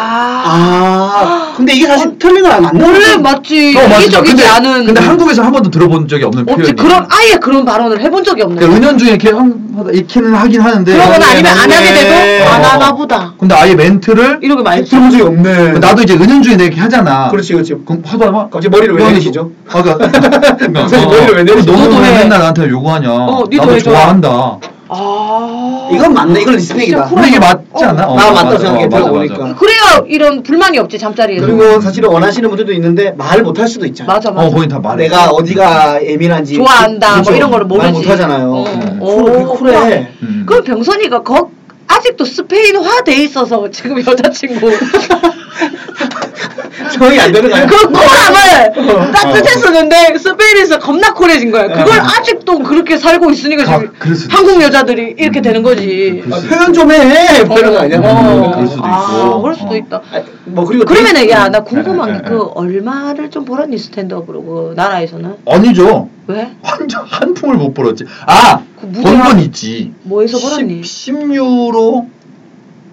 아 근데 이게 사실 틀린 건 맞나?
원래 맞지.
어, 맞아.
이기적이지
근데,
않은.
근데 한국에서 한 번도 들어본 적이 없는
어찌
표현이.
그런 아예 그런 발언을 해본 적이 없네.
그러니까 은연중에 이렇게 한- 하다 이렇게는 하긴 하는데.
그러거나 아니면 안 하게 되고
어.
안 하나 보다.
근데 아예 멘트를
이렇게 많이 했어.
들어본 적이 없네.
나도 이제 은연중에 내가 이렇게 하잖아.
그렇지 그렇지.
그럼 하도 하면
갑자기 머리를 왜 내리시죠?
아까
갑자기 머리를 왜 내리시죠?
너도 왜
네.
맨날 나한테 요구하냐?
어, 니도
나도
해줘.
좋아한다.
아.
이건 맞네. 이건 리스펙이다.
진짜
근데 이게 맞지
어.
않아? 어,
나 맞다고
맞아.
생각해,
맞아,
들어보니까.
맞아.
그래야 이런 불만이 없지 잠자리에.
그리고 사실은 원하시는 분들도 있는데 말 못 할 수도 있잖아.
맞아 맞아.
어, 거긴 다 말해.
내가 어디가 예민한지
좋아한다
그죠?
뭐 이런 거를 모르지.
말 못하잖아요. 네.
어.
음.
오,
쿨, 쿨해.
음.
그럼 병선이가 거 아직도 스페인화 돼 있어서 지금 여자친구.
적응이 안 되는 거야.
그
어.
쿨함을 따뜻했었는데 스페인에서 겁나 쿨해진 거야. 그걸 아직도 그렇게 살고 있으니까
아,
지금
그럴 수도
한국 여자들이 이렇게 되는 거지. 어,
그럴
아,
수
표현 좀 해. 뭐 이런 거 아니야?
음, 그럴 수도
아,
있고.
그럴 수도
어.
있다.
아, 뭐 그리고
그러면은 야 나
네,
궁금한
네,
게 그
네.
얼마를 좀 벌었니 스탠드업으로 그 나라에서는
아니죠.
왜?
완전 한풍을 못 벌었지. 아,
그 무대
번 건
한-
있지.
뭐에서 벌었니?
10, 10유로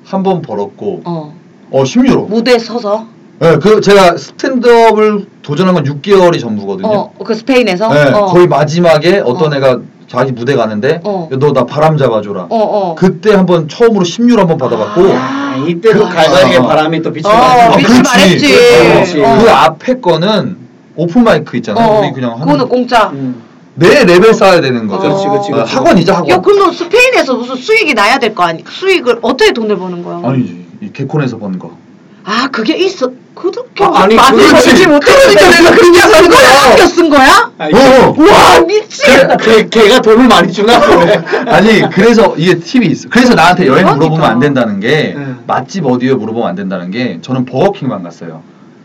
한 번 벌었고, 어,
어
10유로.
무대 서서
네, 그 제가 스탠드업을 도전한 건 6개월이 전부거든요.
어그 스페인에서
네,
어.
거의 마지막에 어떤
어.
애가 자기 무대 가는데,
어.
너 나 바람 잡아줘라.
어, 어.
그때 한 번 처음으로 10유로 한 번 받아봤고,
아, 이때 그
아.
갈갈이의
아.
바람이 또 비치고
어,
아,
빛을
그렇지.
말했지.
그렇지.
어.
그 앞에 거는 오픈 마이크 있잖아. 요
어,
우리 그냥
그거는
하는 음,
공짜.
음.
내 레벨 쌓아야 되는 거죠.
그렇지, 그렇지,
어,
그렇지.
학원이죠, 학원.
야, 그럼 너 스페인에서 무슨 수익이 나야 될 거 아니? 수익을 어떻게 돈을 버는 거야?
아니지, 이 개콘에서 번 거.
아, 그게 있어. 그렇게
아, 아니, 그렇지.
맞을지
그러니까
못했는데
내가 그렇게 산
그걸
거야.
아껴 쓴 거야?
아,
어.
와, 미친.
걔, 걔, 가 돈을 많이 주나 보네.
아니 그래서 이게 팁이 있어. 그래서 나한테 여행
그러니까.
물어보면 안 된다는 게
네.
맛집 어디에 물어보면 안 된다는 게 저는 버거킹만 갔어요.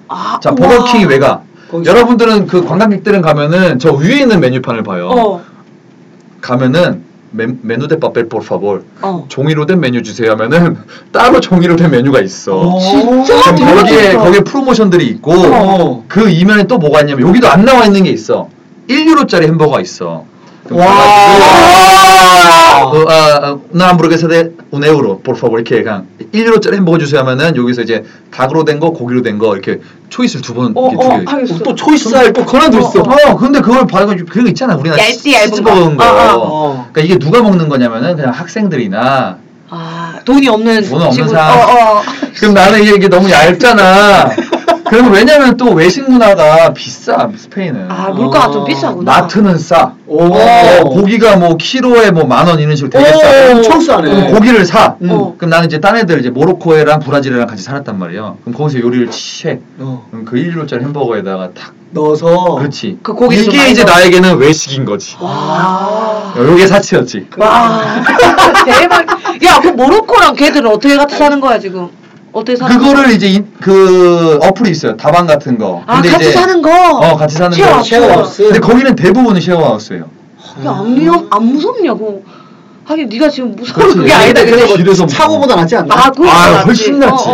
아,
자
우와.
버거킹이 왜 가?
거기서-
여러분들은 그 관광객들은 가면은 저 위에 있는 메뉴판을 봐요.
어.
가면은 메, 메뉴 데 papel por favor
어.
종이로 된 메뉴 주세요 하면은 따로 종이로 된 메뉴가 있어.
진짜
그럼
대박이다.
거기에 거기에 프로모션들이 있고
어.
그 이면에 또 뭐가 있냐면 여기도 안 나와 있는 게 있어. 1유로짜리 햄버거가 있어. 그럼
와.
어, 아, 나 모르겠어. 네, un euro, por favor. 이렇게 그냥 1유로짜리 햄버거 주세요 하면은 여기서 이제 닭으로 된 거, 고기로 된 거 이렇게 초이스를 두번
어,
이렇게 두
어,
개.
하겠어.
또 초이스 할또 권한도 있어.
어, 근데 그걸 봐가 그거 있잖아. 우리나라
얇지, 얇은 거.
치즈버거인 거.
아, 아.
어.
그러니까 이게 누가 먹는 거냐면은 그냥 학생들이나
아, 돈이 없는
돈은 없는
친구.
사람.
어, 어.
그럼 나는 이게 너무 얇잖아. 그리고 왜냐면 또 외식 문화가 비싸 스페인은.
아 물가가
어,
좀 비싸구나.
마트는 싸.
오.
어, 고기가 뭐 키로에 뭐 만 원 이런 식으로 되게
오.
싸.
엄청 싸네.
그럼 고기를 사.
음.
어.
그럼 나는 이제 딴 애들 이제 모로코에랑 브라질이랑 같이 살았단 말이에요. 그럼 거기서 요리를 취해.
어.
그럼 그 1일로짜리 햄버거에다가 탁.
넣어서
그렇지.
그 고기를 좀
이게
많이
이제
넣어.
나에게는 외식인 거지. 어,
와.
요게 사치였지.
그 와 대박. 야 그 모로코랑 걔들은 어떻게 같이 사는 거야 지금? 어떻게 사는 거야?
그거를 이제 인- 그 어플이 있어요. 다방 같은 거.
아 같이 사는 거.
어, 같이 사는 거.
쉐어하우스.
근데 거기는 대부분은 쉐어하우스예요.
야안 무섭 안 무섭냐고. 하긴 네가 지금 무서운
그렇지.
그게 아니다.
그래서
그래서
길에서 먹어.
차고보다 낫지 않나?
아 그거
아유,
낫지. 어,
훨씬 낫지.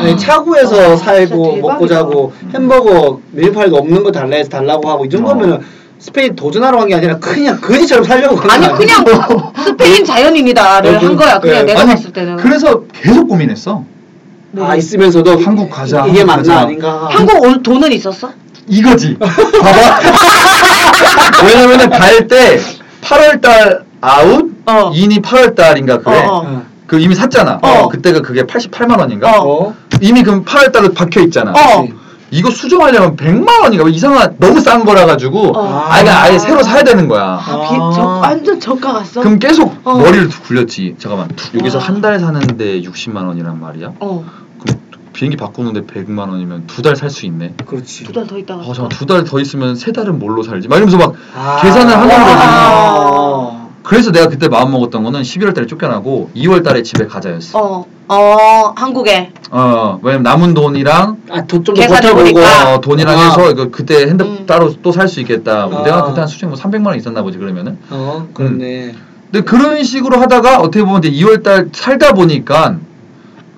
아니, 차고에서
아, 진짜
살고
대박이다. 음.
먹고 자고 햄버거 메뉴판에도 없는 거 달라 해서 달라고 하고 이
어.
정도면은 스페인 도전하러 간 게 아니라 그냥 거지처럼 살려고 간거
아니
아니야?
그냥 스페인 자연인이다를
어, 그-
한 거야. 그냥
네.
내가
뭐. 아니,
봤을 때는.
그래서 계속 고민했어.
아 있으면서도
한국 과자,
이게
한국
맞나
과자.
아닌가
뭐 네. 한국 올 돈은 있었어?
이거지. 봐봐. 왜냐면은 갈 때 8월달 아웃,
어.
인이 8월달인가 그래.
어, 어.
어.
그 이미 샀잖아.
어.
그때가 그게 88만 원인가?
어.
이미 그럼 8월달로 박혀 있잖아.
어.
이거 수정하려면 100만 원인가? 뭐 이상한 너무 싼 거라 가지고
어.
아니 그냥 아예 새로 사야 되는 거야.
아, 비,
아.
저, 완전 저가 갔어?
그럼 계속
어.
머리를 툭 굴렸지. 잠깐만. 툭 여기서
와.
한 달 사는데 60만 원이란 말이야.
어,
그럼 비행기 바꾸는데 100만 원이면 두 달 살 수 있네.
그렇지
두 달 더 있다가.
어, 잠깐 두달 더 있으면 세 달은 뭘로 살지? 막 이러면서 막
아.
계산을 하는 거지.
와.
그래서 내가 그때 마음 먹었던 거는 11월 달에 쫓겨나고 2월 달에 집에 가자였어. 어.
어, 어, 한국에.
왜냐면 남은 돈이랑
아, 더- 좀더
계산을
버텨보고
보니까.
어, 돈이랑
아.
해서 이거 그때 핸드
그러니까 음.
따로 또 살 수 있겠다. 뭐
아.
내가 그때 한 수익 뭐 300만 원 있었나 보지 그러면은.
어 그렇네
음.
근데 그런 식으로 하다가 어떻게 보면 이제 2월 달 살다 보니까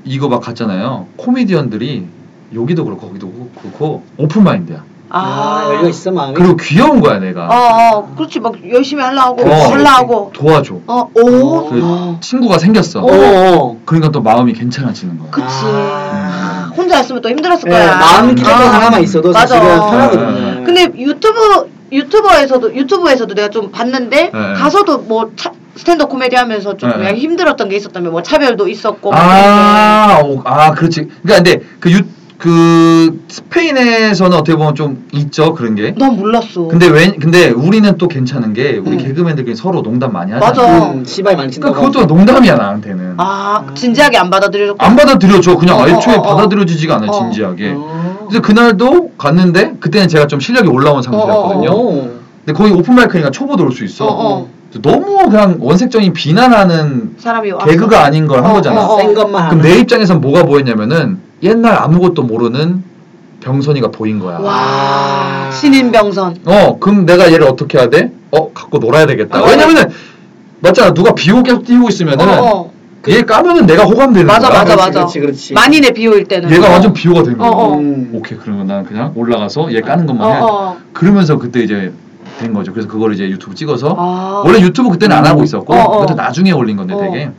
이거 막 갔잖아요. 코미디언들이 여기도 그렇고 거기도 그렇고 오픈 마인드야.
아, 열려 있어 마음이
그리고 귀여운 거야
어,
내가.
어, 그렇지. 막 열심히 하려고,
어.
하려고.
도와줘.
어, 오.
그
어.
친구가 생겼어.
어, 어.
그러니까 또 마음이 괜찮아지는 네, 거야.
그치.
아.
혼자 있으면 또 힘들었을
예,
거야.
마음 깊은
아.
하나만 있어도
맞아. 음.
사실은 편하거든요
네.
근데 유튜브 유튜버에서도 유튜브에서도 내가 좀 봤는데
네.
가서도 뭐 차- 스탠드업 코미디 하면서 좀
네.
그냥 힘들었던 게 있었다면 뭐 차별도 있었고 막 이런데.
아, 오, 아, 그렇지. 그러니까 근데 그 유, 그 스페인에서는 어떻게 보면 좀 있죠 그런 게.
난 몰랐어.
근데 왜 근데 우리는 또 괜찮은 게 우리
음.
개그맨들끼리 서로 농담 많이 하잖아.
맞아.
음, 시발 많이 친다고
그러니까 그것도 농담이야 나한테는.
아 진지하게 안 받아들여줬고
안 받아들여줘. 그냥
어,
애초에
어, 어, 어.
받아들여지지가 않아
어.
진지하게.
어.
그래서 그날도 갔는데 그때는 제가 좀 실력이 올라온 상태였거든요.
어, 어,
어.
근데 거기 오픈 마이크니까 초보도 올 수 있어.
어, 어.
그래서 너무 그냥 원색적인 비난하는
사람이 와서.
개그가 아닌 걸 한
어,
거잖아.
어, 어.
센 것만
그럼
하나.
내 입장에선 뭐가 보였냐면은 옛날 아무것도 모르는 병선이가 보인 거야. 아.
와 신인병선
어, 그럼 내가 얘를 어떻게 해야 돼? 어, 갖고 놀아야 되겠다.
어.
왜냐면은 맞잖아. 누가 비호 계속 띄우고 있으면은
어,
얘 까면은 내가 호감되는
맞아
거야.
맞아
그렇지,
그러니까
맞아
그렇지, 그렇지.
많이 내 비호일 때는
얘가
어.
완전 비호가 된 거야.
어, 어.
음.
오케이, 그러면 난 그냥 올라가서 얘 까는 것만
어,
해.
어.
그러면서 그때 이제 된 거죠. 그래서 그걸 이제 유튜브 찍어서
아.
원래 유튜브 그때는 안 하고 있었고
어, 어.
그것도 나중에 올린 건데
어.
되게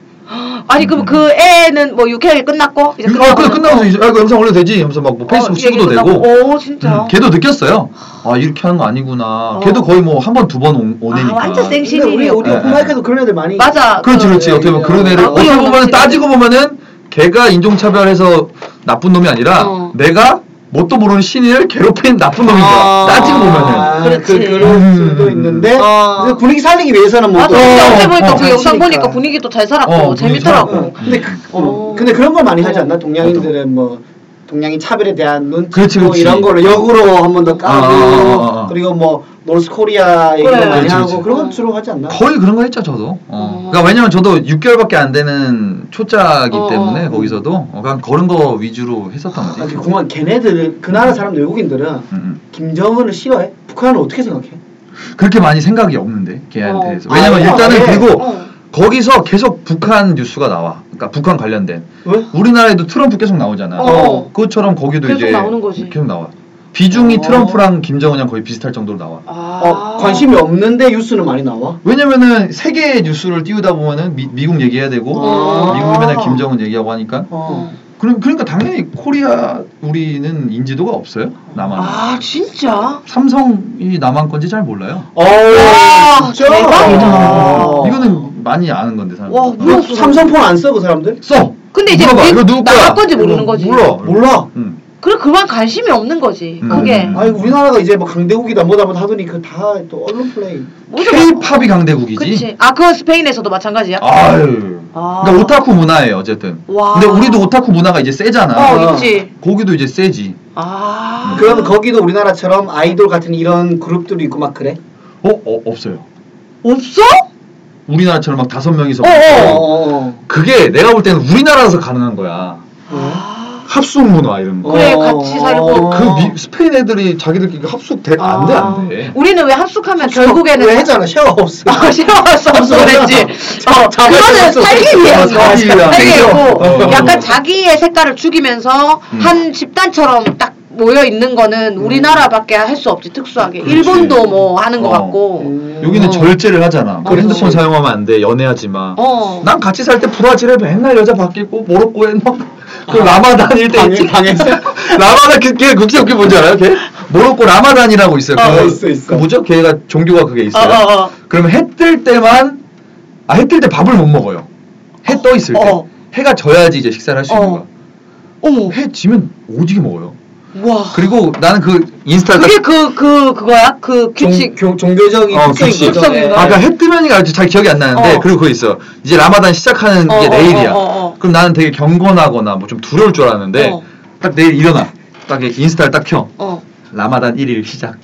아니 그럼 그 애는 뭐 6회일 끝났고 이제
아,
끝나고
그래 끝나고 이제 아, 이거 영상 올려도 되지 하면서 막 뭐 페이스북
얘기
친구도 되고
끝나고. 오 진짜
음, 걔도 느꼈어요. 아 이렇게 하는 거 아니구나.
어.
걔도 거의 뭐 한 번 두 번 오니까.
아, 완전 쌩-
근데 우리 우리
예,
예.
오픈 마이크도 그런 애들 많이
맞아
그렇지 그렇지
어,
어떻게 보면
어,
그런 애를
어,
어떻게
어,
보면
확실히.
따지고 보면은 걔가 인종차별해서 나쁜 놈이 아니라
어.
내가 뭣도 모르는 신인을 괴롭힌 나쁜 놈인 거야.
아.
따지고
아,
보면은.
그렇지.
그, 그런 수도
음.
있는데
어.
근데 분위기 살리기 위해서는 뭐
맞아
또-
진짜 어제 보니까
어,
그 영상
그러니까.
보니까 분위기도 잘 살았고
어, 분위기
재밌더라고
살았고.
어, 근데 그,
어.
음. 근데 그런 걸 많이 하지
어.
않나 동양인들은 뭐 동양인 차별에 대한 눈치
그렇지,
뭐
그렇지.
이런 거를 역으로 한 번 더 까고
아, 아, 아, 아.
그리고 뭐 노스코리아 얘기도
그래.
많이
그렇지,
하고
그렇지.
그런 건 주로 하지 않나?
거의 그런 거 했죠 저도.
어.
어. 그러니까 왜냐면 저도 6개월밖에 안 되는 초짜기
어,
때문에
어.
거기서도 어, 그냥 그런 거 위주로 했었던
아,
거지.
그 공항 걔네들 그 나라 사람들 외국인들은
음,
김정은을 싫어해? 북한은 어떻게 생각해?
음. 그렇게 많이 생각이 없는데 걔한테
어.
대해서. 왜냐면
아,
일단은
어,
그리고
어.
거기서 계속 북한 뉴스가 나와. 그러니까 북한 관련된.
왜?
우리나라에도 트럼프 계속 나오잖아.
어.
그것처럼 거기도
계속
이제
나오는 거지.
계속 나와. 비중이
어.
트럼프랑 김정은이랑 거의 비슷할 정도로 나와.
아.
어, 관심이 없는데 뉴스는 많이 나와.
왜냐면은 세계 뉴스를 띄우다 보면은 미, 미국 얘기해야 되고
어.
미국 맨날 김정은 얘기하고 하니까
어.
그럼 그러니까 당연히 코리아 우리는 인지도가 없어요 남한.
아 진짜?
삼성이 남한 건지 잘 몰라요.
어,
와,
진짜?
대박이다.
어.
이거는 많이 아는 건데 사람.
와,
뭐, 삼성폰 안 써 그 사람들?
써.
근데 이제
물어봐.
왜
이거 누구 거야? 어,
남한 건지 모르는 거지.
몰라.
몰라.
응.
그래 그만 관심이 없는 거지.
음.
그게
음.
아니 우리나라가 이제 뭐 강대국이다 뭐다 뭐다 하더니 그 다 또 언론 플레이.
모두
K-팝이 강대국이지.
뭐 그치. 아 그건 스페인에서도 마찬가지야.
아유.
아.
그러니까 오타쿠 문화예요 어쨌든.
와.
근데 우리도 오타쿠 문화가 이제 세잖아.
어 있지.
거기도 이제 세지.
아.
그럼 거기도 우리나라처럼 아이돌 같은 이런 그룹들이 있고 막 그래?
어, 어 없어요.
없어?
우리나라처럼 막 다섯 명이서.
어,
어.
어.
어.
그게 내가 볼 때는 우리나라에서 가능한 거야.
아.
합숙 문화 이런 거.
그래, 같이
어.
살고.
그 미- 스페인 애들이 자기들끼리 합숙 돼 안 돼 안 돼.
우리는 왜 합숙하면 결국에는
왜 했잖아 샤워 없어.
아, 싫어서 없어 그랬지.
자-
어,
자발적으로
그거는
없어.
살기 위한 거.
살기 위한
살기
거죠.
위하고
어.
약간 자기의 색깔을 죽이면서
음.
한 집단처럼 딱 모여 있는 거는 우리나라밖에 할 수 없지 특수하게.
그렇지.
일본도 뭐 하는 거
어.
같고.
음.
여기는
어.
절제를 하잖아. 그
맞아.
핸드폰 사용하면 안 돼. 연애하지 마.
어.
난 같이 살 때 브라질에 맨날 여자 바뀌고 모로코에
아.
막그 라마단일 때
당해-
있지.
당했어요?
라마단 그게 그게 웃긴 뭔지 알아요? 걔 모로코 라마단이라고 있어요.
어,
그거-
있어, 있어.
그 뭐죠? 걔가 종교가
아,
그게
어,
있어요.
어, 어.
그러면 해뜰 때만 아 해 뜰 때 밥을 못 먹어요. 해 떠 있을 때
어.
해가 져야지 이제 식사를 할 수 있는
어.
거야.
어머.
해 지면 오지게 먹어요.
와.
그리고 나는 그 인스타가
그게 그, 그, 그거야? 그 규칙.
종, 교, 종교적인
어,
특성인
규칙.
거죠.
특성인
예.
거야.
아까 해 뜨면이가 아직 잘 기억이 안 나는데
어.
그리고 그거 있어 이제 라마단 시작하는
어,
게
어,
내일이야
어, 어, 어.
그럼 나는 되게 경건하거나 뭐 좀 두려울 줄 알았는데
어.
딱 내일 일어나 딱 이렇게 인스타를 딱 켜
어.
라마단 1일 시작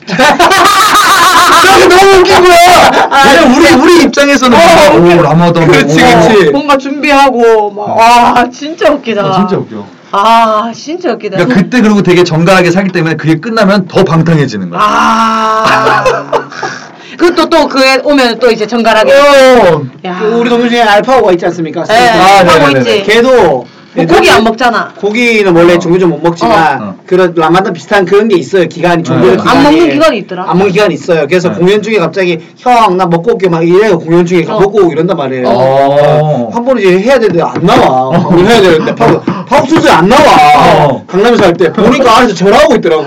그게 너무 웃긴
아,
거야 왜냐면 우리 우리
어,
입장에서는 뭔가, 오 라마단 뭐. 어.
그렇지,
오.
그렇지.
뭔가 준비하고, 막, 와, 진짜 웃기다.
어, 진짜 웃겨
아, 진짜 웃기다.
그러니까 그때 그리고 되게 정갈하게 살기 때문에 그게 끝나면 더 방탕해지는 거야
아. 그것도 또 그에 오면 또 이제 정갈하게.
어. 오.
야.
그 우리 동네 중에 알파고가 있지 않습니까?
예,
아, 네,
하고
네, 네,
있지.
네.
걔도
뭐 고기 안 먹잖아.
고기는 원래 종교적 못 먹지만
어. 어.
그런 라마단 비슷한 그런 게 있어요 기간이 종교
네.
기간이
안 먹는 기간이 있더라.
안 먹는 기간이 있어요 그래서
네.
공연 중에 갑자기 형, 나 먹고 올게 막 이래요 공연 중에
어.
먹고 오고 이런단 말이에요
어.
한 번은 이제 해야 되는데 안 나와
어.
오늘 해야 되는데 파국 파국수수에 안 나와
어.
강남에서 할 때 보니까 안에서 절하고 있더라고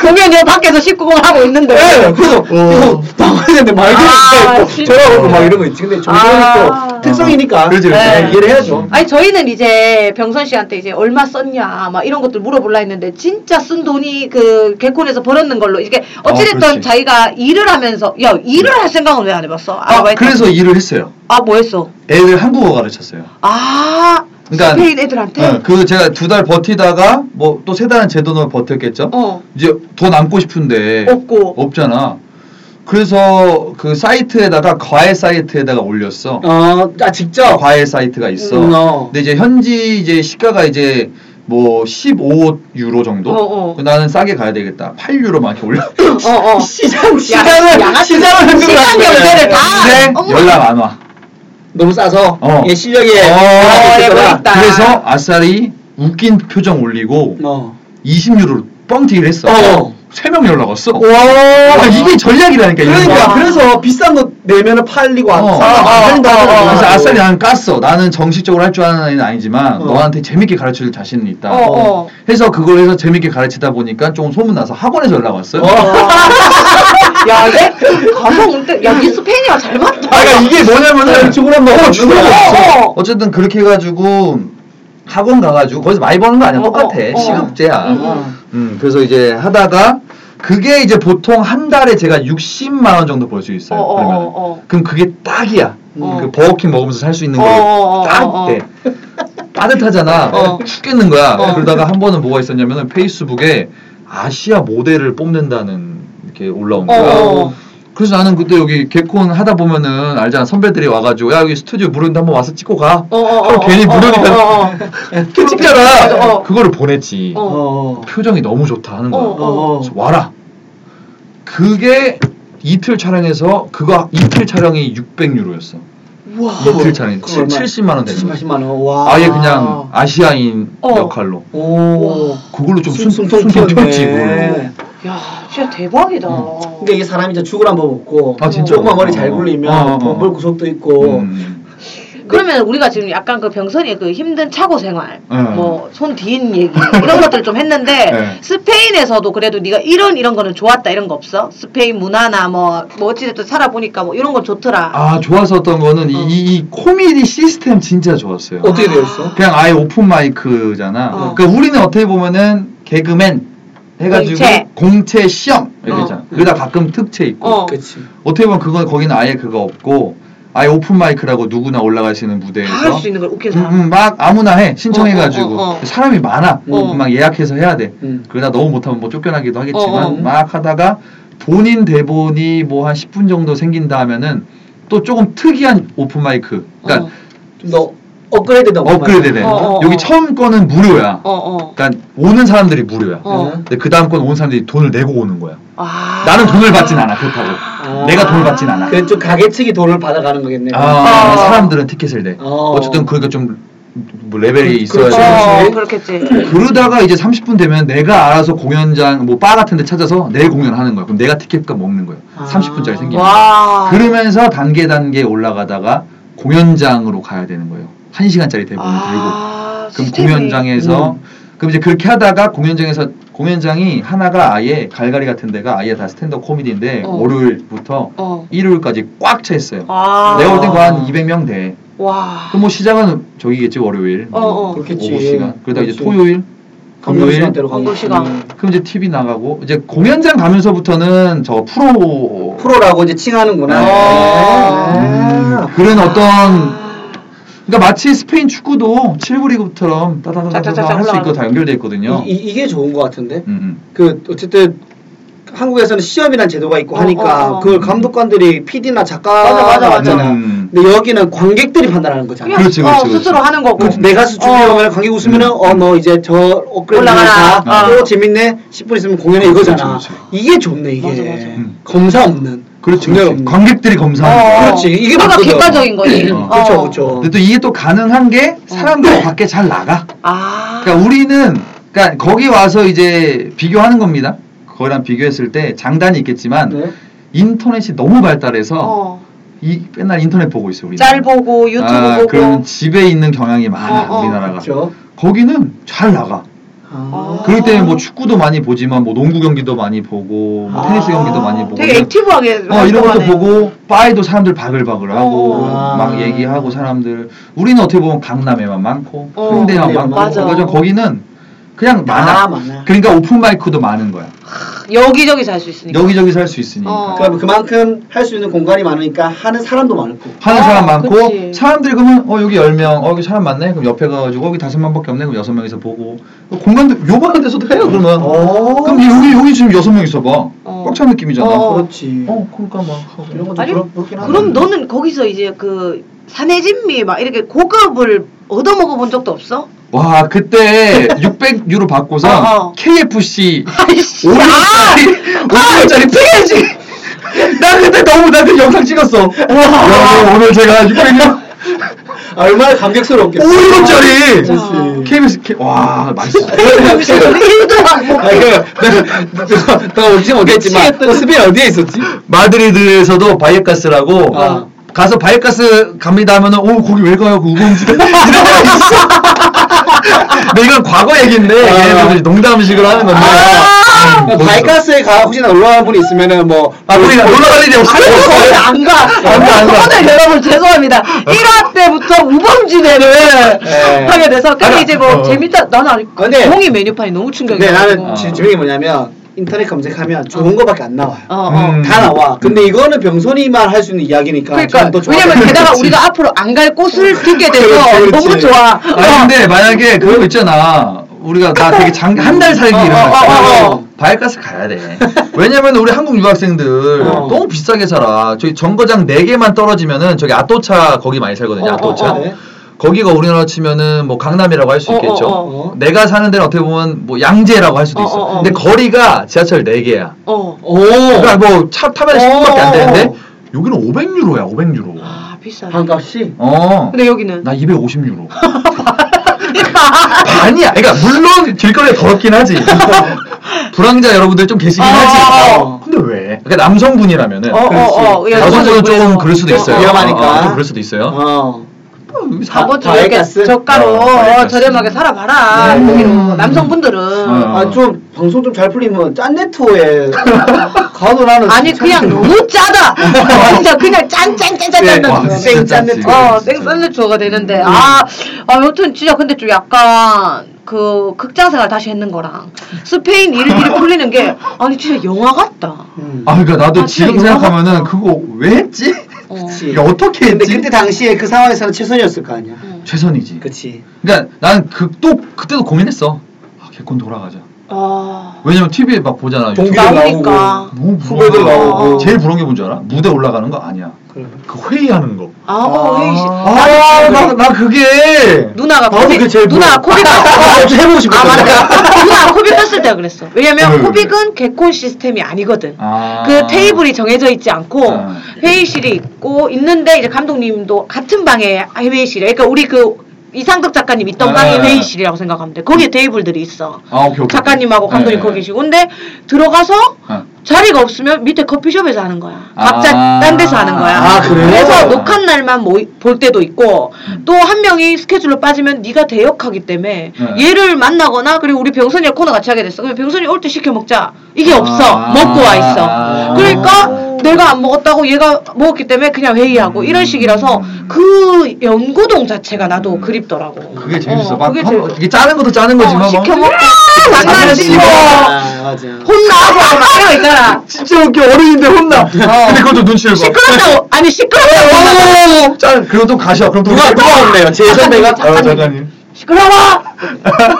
보면 내가 밖에서 19공 하고 있는데.
네.
예,
어.
그래서 이거 나와야 되는데 말도
아,
못해
진짜.
절하고 막 이러고 있지 근데 종교는
아.
또 특성이니까
그렇지, 그렇지.
예, 이해를 해야죠
아니 저희는 이제 병선 씨한테 이제 얼마 썼냐 막 이런 것들 물어볼라 했는데 진짜 쓴 돈이 그 개콘에서 벌었는 걸로 이게
어,
어찌됐든
그렇지.
자기가 일을 하면서 야 일을 할 생각은 왜 안 해봤어?
아,
아르바이트?
그래서 일을 했어요
아뭐 했어?
애들 한국어 가르쳤어요
아 스페인 애들한테
그러니까 어, 그 제가 두 달 버티다가 뭐 또 세 달은 제 돈으로 버텼겠죠.
어.
이제 더 남고 싶은데
없고.
없잖아. 그래서 그 사이트에다가 과외 사이트에다가 올렸어.
어, 아 직접
과외 사이트가 있어.
음, 어.
근데 이제 현지 이제 시가가 이제 뭐 15유로 정도.
어, 어.
그 나는 싸게 가야 되겠다. 8유로만 이렇게 올려.
어어
시장
시장을-
시장을 흔들고
시장
왔어요. 네.
경제를 다-
근데
어머.
네, 연락 안 와.
너무 싸서
어.
얘 실력에
어,
변화가
예,
있었구나.
멋있다.
그래서 아싸리 웃긴 표정 올리고
어.
20유로 뻥튀기를 했어.
어.
세 명 연락 왔어.
와
아, 이게 전략이라니까. 이런
그러니까
거.
그래서 비싼 거 내면은 팔리고 안
어.
싸고
어,
안 팔린다
어, 어, 어.
그래서
하더라고.
아싸리 나는 깠어. 나는 정식적으로 할 줄 아는 애는 아니지만
어.
너한테 재밌게 가르칠 자신은 있다.
어, 어.
해서 그걸 해서 재밌게 가르치다 보니까 조금 소문나서 학원에서 연락 왔어요.
야, 얘
네?
가서 온때 야, 니 스페인이랑 잘 맞다.
아, 그러니까 이게 뭐냐면은
아니, 죽으란 말이야.
어, 죽으란 말이야.
어.
어쨌든 그렇게 해가지고 학원 가가지고 거기서 많이 버는 거 아니야
어,
똑같아
어, 어.
시급제야.
음,
음.
음, 그래서 이제 하다가 그게 이제 보통 한 달에 제가 60만 원 정도 벌 수 있어요.
어, 어,
그러면
어, 어.
그럼 그게 딱이야.
어.
그 버거킹 먹으면서 살 수 있는
어,
거
어, 어, 어,
딱 돼. 따뜻하잖아.
어.
죽겠는 거야.
어.
그러다가 한 번은 뭐가 있었냐면 페이스북에 아시아 모델을 뽑는다는 이렇게 올라온 거야.
어.
그래서 나는 그때 여기 개콘 하다 보면은 알잖아 선배들이 와가지고 야 여기 스튜디오 무료인데 한번 와서 찍고 가.
어, 어,
그럼
어,
괜히
어,
무료니까
어, 어,
또
맞아,
찍잖아.
어.
그거를 보냈지.
어.
어.
표정이 너무 좋다 하는 거야.
어, 어.
어.
그래서 와라. 그게 이틀 촬영에서 그거 이틀 촬영이 600유로였어.
우와.
이틀 촬영이
그거
7,
얼마야?
70만 원 되는
70,
거지.
80만 원. 와.
아예 그냥 아시아인
어.
역할로.
오.
그걸로 좀
숨-
숨-
숨통
숨통
튀었네.
튀었지, 그걸로.
야, 진짜 대박이다.
음.
근데 그러니까 이게 사람이 진짜 죽을 한법 없고
아, 진짜?
조금만 머리 잘
어.
굴리면
어, 어, 어.
돈벌 구석도 있고
음.
그러면 우리가 지금 약간 그 병선이 그 힘든 차고 생활,
네.
뭐 손 뒤인 얘기 이런 것들 좀 했는데
네.
스페인에서도 그래도 네가 이런 이런 거는 좋았다 이런 거 없어? 스페인 문화나 뭐, 뭐 어찌됐든 살아보니까 뭐 이런 건 좋더라.
아 좋았었던 거는 이, 이- 이 코미디 시스템 진짜 좋았어요.
어떻게 되었어?
아.
그냥 아예 오픈 마이크잖아.
어.
그러니까 우리는 어떻게 보면은 개그맨 해가지고
공채.
공채 시험 이렇게
어.
있잖아. 그러다 가끔 특채 있고
어.
그치.
어떻게 보면 그건 거기는 아예 그거 없고 아예 오픈 마이크라고 누구나 올라갈 수 있는
다 할
무대에서
수 있는 걸 웃긴
네. 음,
사람.
음, 막 아무나 해 신청해가지고
어, 어, 어, 어.
사람이 많아 음,
어.
막 예약해서 해야 돼
음.
그러다 너무 못하면 뭐 쫓겨나기도 하겠지만
어, 어.
막 하다가 본인 대본이 뭐 한 10분 정도 생긴다 하면은 또 조금 특이한 오픈 마이크 그러니까
좀더 업그레이드다.
업그레이드 되는
어, 어, 어.
네, 여기 처음 거는 무료야
어, 어.
그러니까 오는 사람들이 무료야
어.
근데 그 다음 건 온 사람들이 돈을 내고 오는 거야
아.
나는 돈을 받진 않아 그렇다고 내가 돈을 받진 않아
그래 좀 가게 측이 돈을 받아가는 거겠네.
아,
어.
사람들은 티켓을 내.
어.
어쨌든 그러니까 좀뭐 레벨이
그-
있어야지.
어,
그렇지.
그렇겠지.
그러다가 이제 30분 되면 내가 알아서 공연장 뭐 바 같은 데 찾아서 내 공연하는 거야. 그럼 내가 티켓값 먹는 거야.
아.
30분짜리 생기는 거야.
와.
그러면서 단계 단계 올라가다가 공연장으로 가야 되는 거예요. 1시간짜리 대본을
아,
들고. 그럼
시스템이.
공연장에서
음.
그럼 이제 그렇게 하다가 공연장에서 공연장이 하나가 아예 갈갈이 같은 데가 아예 다 스탠드업 코미디인데
어.
월요일부터
어.
일요일까지 꽉 차 있어요.
아.
내가 볼 땐 한 200명 돼.
와.
그럼 뭐 시작은 저기겠지 월요일.
어, 어.
그렇겠지.
시간. 그러다 이제
그렇지.
토요일,
검열
금요일.
시간대로 가고.
검열 시간.
음.
그럼 이제 TV 나가고 이제 공연장 가면서부터는 저 프로.
프로라고 이제 칭하는구나.
네.
아.
어.
음, 그런 어떤 그러니까 마치 스페인 축구도 7부 리그처럼 따다다다다
짝짝짝
할수
올라가는
있고 다 연결돼 있거든요.
네. 이, 이, 게 좋은 것 같은데.
음,
그 어쨌든 한국에서는 시험이란 제도가 있고
어,
하니까
어, 어.
그걸 감독관들이 PD나 작가가
맞아, 맞아, 맞아.
하잖아.
음.
근데 여기는 관객들이 판단하는 거잖아.
그냥
그렇지,
어,
그렇지,
스스로
그렇지.
하는 거고. 어.
그 내가 수준이면 관객 웃으면은
음. 아.
어너 뭐 이제 저 업그레이드
올라가라.
다.
어.
또 재밌네 10분 있으면 공연에 이거잖아
그렇지, 그렇지.
이게 좋네 이게
맞아, 맞아.
음.
검사 없는
그렇죠,
검열
그렇지. 그렇지.
없는
관객들이
어,
검사하는 거.
어.
그렇지, 이게
그러니까
맞거든.
객관적인 거지.
어.
그렇죠 그렇죠
근데 또 이게 또 가능한 게
어.
사람들 밖에 잘 나가.
아.
그러니까 우리는 그러니까 거기 와서 이제 비교하는 겁니다. 거기랑 비교했을 때 장단이 있겠지만
네.
인터넷이 너무 발달해서
어.
이 맨날 인터넷 보고 있어 우리.
짤 보고 뭐 유튜브
아,
보고.
그런 집에 있는 경향이 많아
어, 어.
우리나라가.
그렇죠
거기는 잘 나가.
아.
어.
그렇기 때문에 뭐 축구도 많이 보지만 뭐 농구 경기도 많이 보고 뭐
아.
테니스 경기도 많이 보고.
되게 액티브하게
어, 이런 것도
활동하네.
보고 바에도 사람들 바글바글하고
어.
막 얘기하고 사람들 우리는 어떻게 보면 강남에만 많고
어,
홍대만
홍대만
많고
맞아.
그러니까 거기는 그냥
다
많아.
많아.
그러니까 오픈 마이크도 많은 거야.
여기저기서 할 수 있으니까.
여기저기서 할 수 있으니까.
그러니까. 어.
그러니까 뭐 그럼 그만큼 할 수 있는 공간이 많으니까 하는 사람도 많고
하는
아,
사람 많고
그치.
사람들이 그러면 어 여기 10명 어 여기 사람 많네 그럼 옆에 가가지고 어, 여기 다섯 명밖에 없네 그럼 여섯 명이서 보고 어, 공간도 요만한 데서도 해요 그러면
오.
그럼 여기 여기 지금 여섯 명 있어봐
어.
꽉 찬 느낌이잖아
어.
어,
그렇지
그러니까 막 하고.
이런 건좀
아니
그렇, 그렇긴 하네
그럼 너는 거기서 이제 그 산해진미 막 이렇게 고급을 얻어 먹어본 적도 없어?
와 그때 600유로 받고서
어, 어.
KFC
아이씨.
5년짜리 5년짜리 피해지 나 그때 너무 나그 영상 찍었어 여러분 오늘 제가 600유
아, 얼마나 감격스러웠겠어
5년짜리
그렇지
KBS K... 와 맛있어
아, 이거 나 오지는 못했지만
미치겠다.
너 스페인 어디에 있었지?
마드리드에서도 바이에카스라고
어.
가서 바이에카스 갑니다 하면은 오 거기 왜 가요 그 우거운지 이런 거 있어 근데 이건 과거 얘기인데
아.
얘네들 농담식으로 하는 건데
아.
음, 거기서.
뭐, 바이카스에 가 혹시나 놀러 가는 분이 있으면은 뭐
아 우리 놀러 갈 일이 없어
거기 안 가.
가, 안 가.
아, 오늘 여러분 죄송합니다. 1화 때부터 우범지대를
예.
하게 돼서 근데
네. 아니,
이제 뭐
어.
재밌다. 나는 아니
근데-
종이 메뉴판이 너무 충격이야.
근데 네, 나는
어.
지- 지금 이게 뭐냐면 인터넷 검색하면 좋은 거밖에 안 나와요.
어, 어.
음.
다 나와. 근데 이거는 병선이만 할 수 있는 이야기니까.
그러니까
저는 더 좋아요.
왜냐면 게다가
그렇지. 어,
우리가 앞으로 안 갈 곳을 듣게 돼서
그렇지, 그렇지.
너무 좋아.
아니 근데 만약에 그거 있잖아 우리가 나 되게 장 한 달 살기
어,
이런 거
어, 어, 어.
있잖아 바이에카스 가야 돼 왜냐면 우리 한국 유학생들
어.
너무 비싸게 살아 저기 정거장 4개만 떨어지면은 저기 아토차 거기 많이 살거든요
어, 어,
아토차
어.
네.
거기가 우리나라 치면은 뭐 강남이라고 할 수
어,
있겠죠.
어,
어.
내가 사는 데는 어떻게 보면 뭐 양재라고 할 수도
어,
있어.
어, 어.
근데 거리가 지하철 4개야.
어.
오.
그러니까 뭐 차 타면
어.
10분밖에 안 되는데 여기는 500유로야, 500유로.
아 비싸.
반값이.
어.
근데 여기는
나 250유로. 반이야. 그러니까 물론 길거리에 더럽긴 하지. 불황자 여러분들 좀 계시긴
어,
하지.
어,
어.
근데 왜? 그러니까 남성분이라면은
어어어
그렇지.
여성분은 조금 그럴 수도 있어요.
위험하니까.
어, 좀 그럴 수도 있어요.
어.
사고도
다
이렇게
알겠어.
저가로
어, 알겠어.
저렴하게 살아봐라.
네.
거기로 남성분들은.
어.
아 좀 방송 좀 잘 풀리면 짠내 투어에 가도 나는
아니 그냥 너무 짜다. 진짜 그냥 짠짠짠짠짠.
네, 와, 진짜
짠
짠내
짠지.
어, 생산대초가 되는데 아, 아 여튼 진짜 근데 좀 약간 그 극장 생활 다시 했는 거랑 스페인 일일 일이 풀리는 게 아니 진짜 영화 같다.
음.
아 그러니까 나도
아, 진짜
지금
이거
생각하면은
같다.
그거 왜 했지?
어.
그치.
이게 어떻게
근데
했지?
그때 당시에 그 상황에서는 최선이었을 거 아니야.
음.
최선이지.
그치.
그러니까 난 그 또 그때도 고민했어. 아, 개콘 돌아가자.
아,
왜냐면 TV에 막 보잖아.
동기-
유튜브.
나오니까.
너무 부러워.
뭐, 후배들 나오고.
제일 부러운 게 뭔지 알아? 무대 올라가는 거 아니야.
어. 그래.
그 회의하는 거.
아, 어, 회의 시-
아, 나, 나, 그게.
누나가
나도
코빅
그게 아, 제일
누나
부러워.
코빅
아, 좀 해보고 싶었어.
아 맞다. 누나 코빅 뺐을 때가 그랬어.
왜,
왜냐면
왜, 왜?
코빅은 개콘 시스템이 아니거든.
아.
그 테이블이 정해져 있지 않고
아.
회의실이 있고 있는데 이제 감독님도 같은 방에 회의실에 그러니까 우리 그 이상덕 작가님 있던
아.
방이 회의실이라고 생각하면 돼. 거기에 테이블들이 있어.
아, 오케이, 오케이.
작가님하고 감독님
네.
거기 계시고 근데 들어가서
아.
자리가 없으면 밑에 커피숍에서 하는 거야.
아.
각자 딴 데서 하는 거야.
아, 그래요?
서 녹한 날만 모이- 볼 때도 있고
음.
또 한 명이 스케줄로 빠지면 네가 대역하기 때문에
네.
얘를 만나거나 그리고 우리 병선이랑 코너 같이 하게 됐어. 그럼 병선이 올 때 시켜 먹자. 이게
아.
없어. 먹고 와
아.
있어. 그러니까 내가 안 먹었다고 얘가 먹었기 때문에 그냥 회의하고
음.
이런 식이라서 그 연구동 자체가 나도 그립더라고.
그게 재밌어.
어,
막,
그게
한-
재밌어.
이게 짜는 것도 짜는 거지. 막.
어, 시켜 먹고 장난
장난
치고
아, 맞아.
혼나고 막 이러고 있잖아.
진짜 웃겨. 어른인데 혼나. 아. 근데 그것도 눈치를 봐.
시끄럽다고 아니
어,
시끄럽다고 혼나고
오, 짠. 그리고 또 가셔. 그럼 또
누가 누가 왔네요. 제 선배가.
아, 작가님.
시끄러워.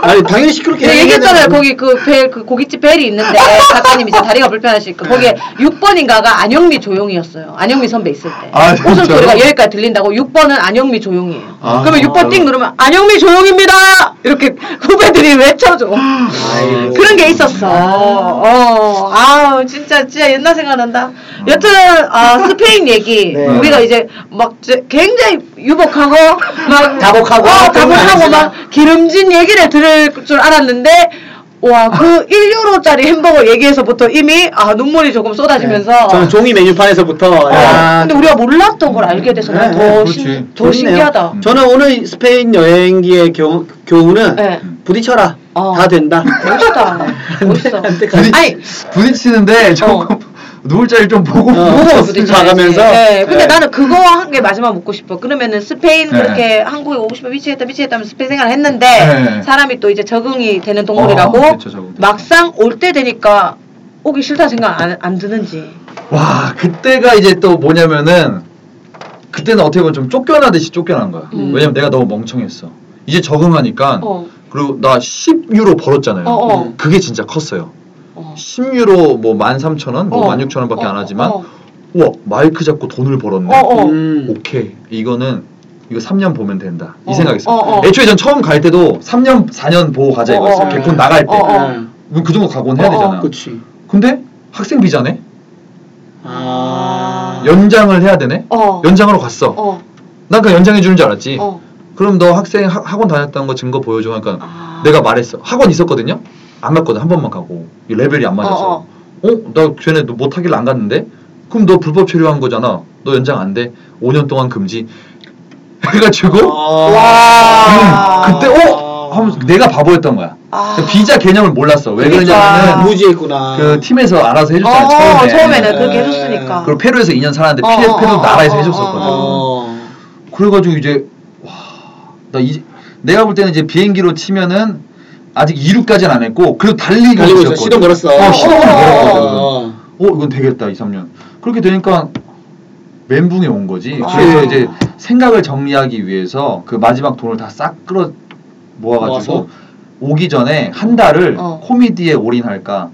아니 당연히
예,
시끄럽게.
제가
해야
얘기했잖아요.
되는데.
거기 그 배 그 고깃집 벨이 있는데 작가님 이제 다리가 불편하시니까 거기에 6번인가가 안영미 조용이었어요. 안영미 선배 있을 때.
아, 진짜요?
웃음 소리가 여기까지 들린다고 6번은 안영미 조용이에요.
아.
그러면 6번 띵 누르면 안영미 조용입니다. 이렇게 후배들이 외쳐줘.
아이고.
그런 게 있었어. 어, 아 진짜 진짜 옛날 생각난다. 여튼 아 스페인 얘기
네.
우리가 이제 막 제- 굉장히 유복하고 막
다복하고
어, 다복하고
그런
막 기름진 얘기를 들을 줄 알았는데 와 그 1유로짜리 햄버거 얘기에서부터 이미 아 눈물이 조금 쏟아지면서
네. 저는 종이 메뉴판에서부터. 야,
근데 우리가 몰랐던 걸 알게 돼서 난
네,
더,
그렇지.
신, 더
좋네요. 음.
신기하다.
저는 오늘 스페인 여행기의 교, 교훈은
네.
부딪혀라.
어.
다 된다.
멋있다. 멋있어.
안돼안돼안
아니, 어.
부딪히는데 조금 누울 자리 좀 보고 보고
그렇죠, 부딪혀야지.
가면서.
네. 근데 나는 그거 한 게 마지막 묻고 싶어. 그러면은 스페인
네.
그렇게 한국에 오고 싶어 미치겠다 미치겠다면 스페인 생활을 했는데
네.
사람이 또 이제 적응이 되는 동물이라고
어, 그렇죠, 적응.
막상 올 때 되니까 오기 싫다 생각 안, 안 드는지.
와 그때가 이제 또 뭐냐면은 그때는 어떻게 보면 좀 쫓겨나듯이 쫓겨난 거야.
음.
왜냐면 내가 너무 멍청했어. 이제 적응하니까
어.
그리고 나 10유로 벌었잖아요.
어, 어.
그게 진짜 컸어요.
어.
10유로 뭐 13,000원, 뭐
어.
16,000원밖에 안
어,
하지만
어.
우와 마이크 잡고 돈을 벌었네.
어, 어.
음.
오케이 이거는 이거 3년 보면 된다 이
어.
생각했어.
어, 어.
애초에 전 처음 갈 때도 3년 4년 보고 가자 이거였어.
어, 어.
개콘 나갈 때.
어, 어.
그 정도 각오는 해야
어, 어.
되잖아.
그렇지.
근데 학생 비자네?
아.
연장을 해야 되네?
어.
연장으로 갔어.
어.
난 그냥 연장해 주는 줄 알았지.
어.
그럼 너 학생 학- 학원 다녔다는 거 증거 보여줘. 그러니까
아.
내가 말했어. 학원 있었거든요. 안 갔거든. 한 번만 가고. 이 레벨이 안 맞아서.
어,
어, 나 쟤네 못 하길 안 갔는데. 그럼 너 불법 체류한 거잖아. 너 연장 안 돼. 5년 동안 금지. 해가지고
아.
와. 아.
음, 그때 어 하면서 내가 바보였던 거야.
아.
비자 개념을 몰랐어. 왜
그러니까.
그러냐면은
무지했구나.
그 팀에서 알아서
어,
해줬잖아
처음에는,
처음에. 네.
그렇게 해줬으니까.
그리고 페루에서 2년 살았는데
그러니까. 어,
페,
어,
페루
어,
나라에서
어,
해줬었거든.
어.
그래가지고 이제 와나 이제 내가 볼 때는 이제 비행기로 치면은 아직 2루까지는 안 했고 그래도 달리기
달리고 있어. 시동 걸었어.
어 시동
어, 어,
걸었거든.
어.
어 이건 되겠다 2, 3년. 그렇게 되니까 멘붕이 온 거지.
아.
그래서 이제 생각을 정리하기 위해서 그 마지막 돈을 다 싹 끌어 모아가지고
모아서?
오기 전에 한 달을
어.
코미디에 올인할까.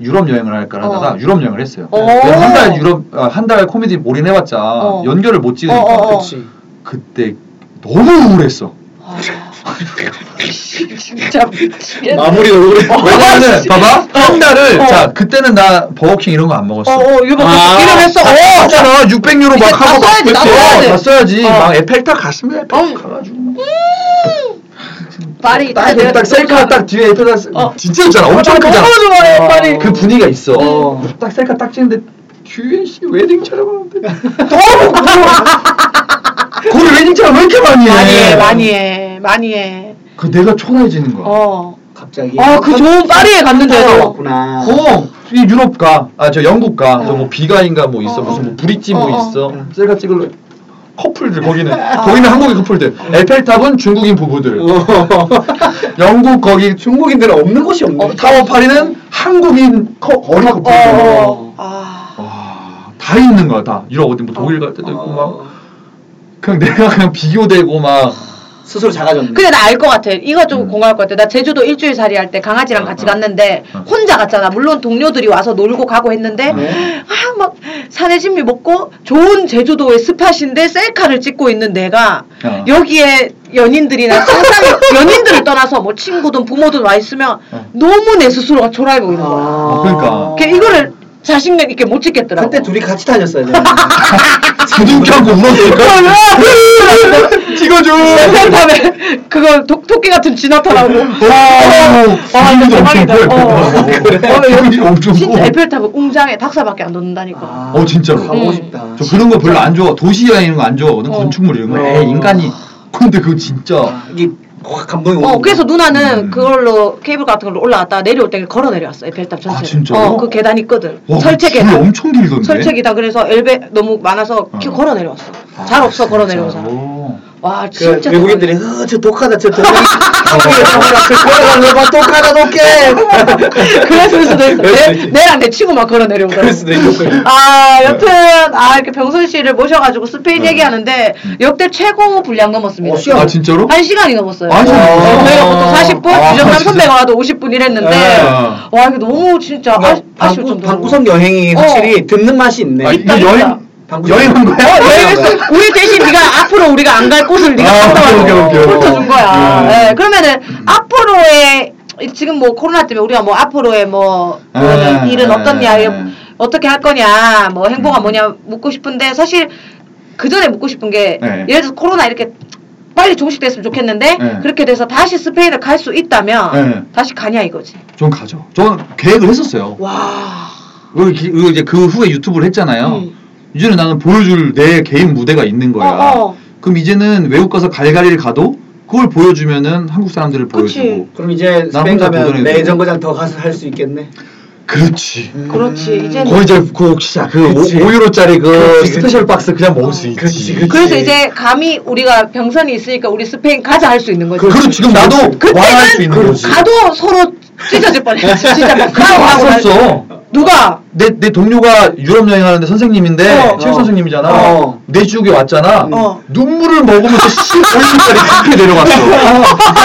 유럽 여행을 할까 하다가
어.
유럽 여행을 했어요.
오.
한 달 유럽 아, 한 달 코미디 올인해봤자
어.
연결을 못 찍으니까
어, 어, 어.
그렇지.
그때 너무 우울했어.
아. 진짜 미치겠네.
마무리가 그래.
어. 왜냐면은 봐봐 한 달을
아, 어.
자 그때는 나 버거킹 이런 거 안 먹었어.
어, 어, 유복
아.
이름 했어.
어,
어,
맞잖아. 600유로
이제
막 하고
다 써야지, 다
막 그랬어.
써야지.
다 써야지.
어.
막 에펠탑 갔으면 에펠탑
음.
가가지고 막
말이
딱,
내가
딱 셀카 딱 뒤에 에펠탑 셀-
어.
진짜 있잖아. 엄청
나
크잖아.
너무 좋아해, 파리.
그 분위기가 있어.
어.
딱 셀카 딱 찍는데 주현 씨 웨딩 촬영하는데 너무 부러워. 고를 웨딩처럼 왜 이렇게 많이 해?
많이 해, 많이 해, 많이 해.
그 내가 초라해지는 거야.
어.
갑자기.
아, 그 좋은 파리에 갔는데도.
왔구나.
어, 이 유럽 가, 아 저 영국 가,
어.
저 뭐 비가인가 뭐
어,
있어, 무슨 뭐
어.
브릿지
어,
뭐
어. 아.
있어,
응.
셀가 찍을래. 커플들 거기는 거기는 한국인 커플들,
음.
에펠탑은 중국인 부부들,
어.
영국 거기
중국인들은 없는 곳이 없네.
어, 타워 파리는 한국인 커 어린 커플들.
어. 아.
와, 다 있는 거야 다. 유럽 어디 뭐 독일 갈 때도 있고
어.
막 그냥 내가 그냥 비교되고 막.
아.
스스로 작아졌네.
그
근데 나 알 것 같아. 이거 좀
음.
공감할 것 같아. 나 제주도 일주일 살이 할 때 강아지랑
어,
같이
어.
갔는데
어.
혼자 갔잖아. 물론 동료들이 와서 놀고 가고 했는데
네.
아 막 산에 진미 먹고 좋은 제주도의 스팟인데 셀카를 찍고 있는 내가
어.
여기에 연인들이나 세상 연인들을 떠나서 뭐 친구든 부모든 와 있으면
어.
너무 내 스스로가 초라해
아.
보이는 거야.
어, 그러니까.
걔 이거를 자신감 있게 못 찍겠더라고.
그때 둘이 같이 다녔어야 돼.
부둥켜고 울었을까? 찍어줘.
셀카에 그거 독, 토끼 같은 진화타라고.
기분이 엄청
대박이다.
커요.
어.
기분이 엄청
진짜
커.
에펠탑은 웅장에 닭사밖에 안 놓는다니까.
아.
어, 진짜로.
가보고
음.
싶다.
저 그런 거 별로 안 좋아. 도시 여행 이런 거 안 좋아하거든.
어.
건축물 이런 거.
어.
에이, 인간이. 근데 그거 진짜.
이게 확 감동이 오는
어, 그래서 누나는
음.
그걸로 케이블 같은 걸로 올라갔다 내려올 때 걸어 내려왔어 에펠탑 전체.
아, 진짜요?
어, 그 계단 있거든.
와,
철제
줄
계단.
엄청 길던데.
철책이다 그래서 엘베 너무 많아서
어.
이렇게 걸어 내려왔어. 잘 없어 걸어 내려오자.
진짜로.
와
그
진짜.
외국인들이
대박이야.
어, 저 독하다 저 독하다 저 독하다 봐 독하다 독해
그랬을 수도 있어.
그럴 수도
내,
있지.
내랑 내 친구만 걸어 내려오더라고.
그럴 수도 있고.
아 여튼 아 이렇게 병선 씨를 모셔가지고 스페인
네.
얘기하는데 역대 최고 분량 넘었습니다.
어, 시간
아, 진짜로?
한 시간이 넘었어요.
아, 진짜요?
어, 저희가 보통
아,
40분,
아,
유정남
진짜?
선배가 와도 50분 이랬는데,
네.
와, 이게 너무 진짜 아, 아쉬울
뭐 방구,
정도로.
방구석 여행이 확실히 듣는 맛이 있네
아, 이거
있다.
여행,
방구
여행한 거야?
어, 여행했어. 우리 대신 네가 앞으로 우리가 안 갈 곳을 네가
아, 오케이, 오케이,
훑어가지고
오케이.
훑어준 거야.
네.
네, 그러면은 앞으로의 이- 지금 뭐 코로나 때문에 우리가 뭐 앞으로의 뭐
아,
그러면 일은
아,
어떻냐,
아,
이게
아.
어떻게 할 거냐, 뭐 행보가
음.
뭐냐 묻고 싶은데 사실 그 전에 묻고 싶은 게
네.
예를 들어서 코로나 이렇게 빨리 종식됐으면 좋겠는데
네.
그렇게 돼서 다시 스페인을 갈 수 있다면
네.
다시 가냐 이거지.
전 가죠. 전 계획을 했었어요.
와.
그리고 기- 그리고 이제 그 후에 유튜브를 했잖아요.
음.
이제는 나는 보여줄 내 개인 무대가 있는 거야.
어, 어.
그럼 이제는 외국 가서 갈갈이를 가도 그걸 보여주면은 한국 사람들을
그치.
보여주고.
그럼 이제
나
스페인
혼자
가면
도전해도
내
돼.
정거장 더 가서 할 수 있겠네
그렇지.
음. 그렇지. 이제는
음.
뭐
거의 이제 그 혹시 그
그치.
5유로짜리 그
그치,
스페셜 박스 그냥 먹을 수 있지.
그치, 그치.
예.
그래서 이제 감히 우리가 병선이 있으니까 우리 스페인 가자 할 수 있는 거지.
그럼 지금 나도
그때는
와할 수 있는 거지.
가도 서로 찢어질 뻔했지. 진짜 막
그때
싸우고 하고
왔었어.
날- 누가?
내, 내 동료가 유럽 여행하는데 선생님인데
어.
체육
어.
선생님이잖아.
어.
내주국에 왔잖아.
어.
눈물을 먹으면서 15분짜리 급해 내려갔어.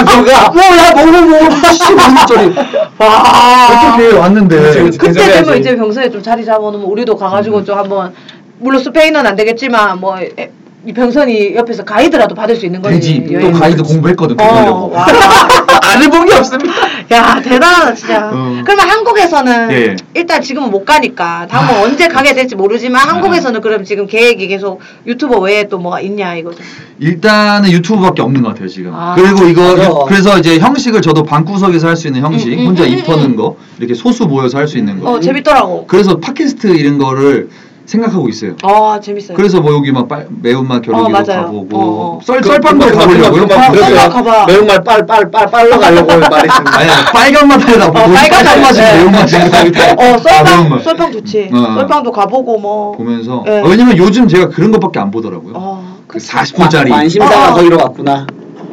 그거가
뭐야 먹어 먹어 15분짜리.
와.
어떻게
그치,
왔는데.
그치.
그때
대접해야지.
되면 이제 병선이 좀 자리 잡아놓으면 우리도
음.
가가지고 좀 한번 물론 스페인은 안 되겠지만 뭐. 에- 이 병선이 옆에서 가이드라도 받을 수 있는 거지.
되지. 또
여행은.
가이드 공부했거든.
어,
그거
와.
아는 본게 없습니다.
야 대단하다 진짜.
어.
그러면 한국에서는
예. 아.
일단 지금은 못 가니까 다음은 언제 가게 될지 모르지만 한국에서는 그럼 지금 계획이 계속 유튜버 외에 또 뭐가 있냐 이거죠.
일단은 유튜브밖에 없는 것 같아요 지금.
아.
그리고 이거
맞아.
유- 그래서 이제 형식을 저도 방구석에서 할 수 있는 형식,
음, 음,
혼자
음, 음,
입터는
음.
거 이렇게 소수 모여서 할 수 있는 거.
어 재밌더라고.
음. 그래서 팟캐스트 이런 거를 생각하고 있어요.
아 재밌어요.
그래서 뭐 여기 막 빨- 매운맛 겨루기도
맞아요. 어, 어.
가보고 썰 썰빵도 가보려고요.
그만,
그 가보려고요
그만. 가봐.
매운말 빨빨빨 빨러 가려고 말했습니다
아니 아니, 빨간 맛 하려다 보고
어, 빨간
빨간
맛,
뭐 맛이
네.
매운맛이 아,
어 썰빵
매운맛.
썰빵 좋지.
어.
썰빵도 가보고 뭐.
보면서 아,
네.
왜냐면 요즘 제가 그런 것밖에 안 보더라고요.
어.
그 40분짜리
아,
어.
관심사가 거기로 갔구나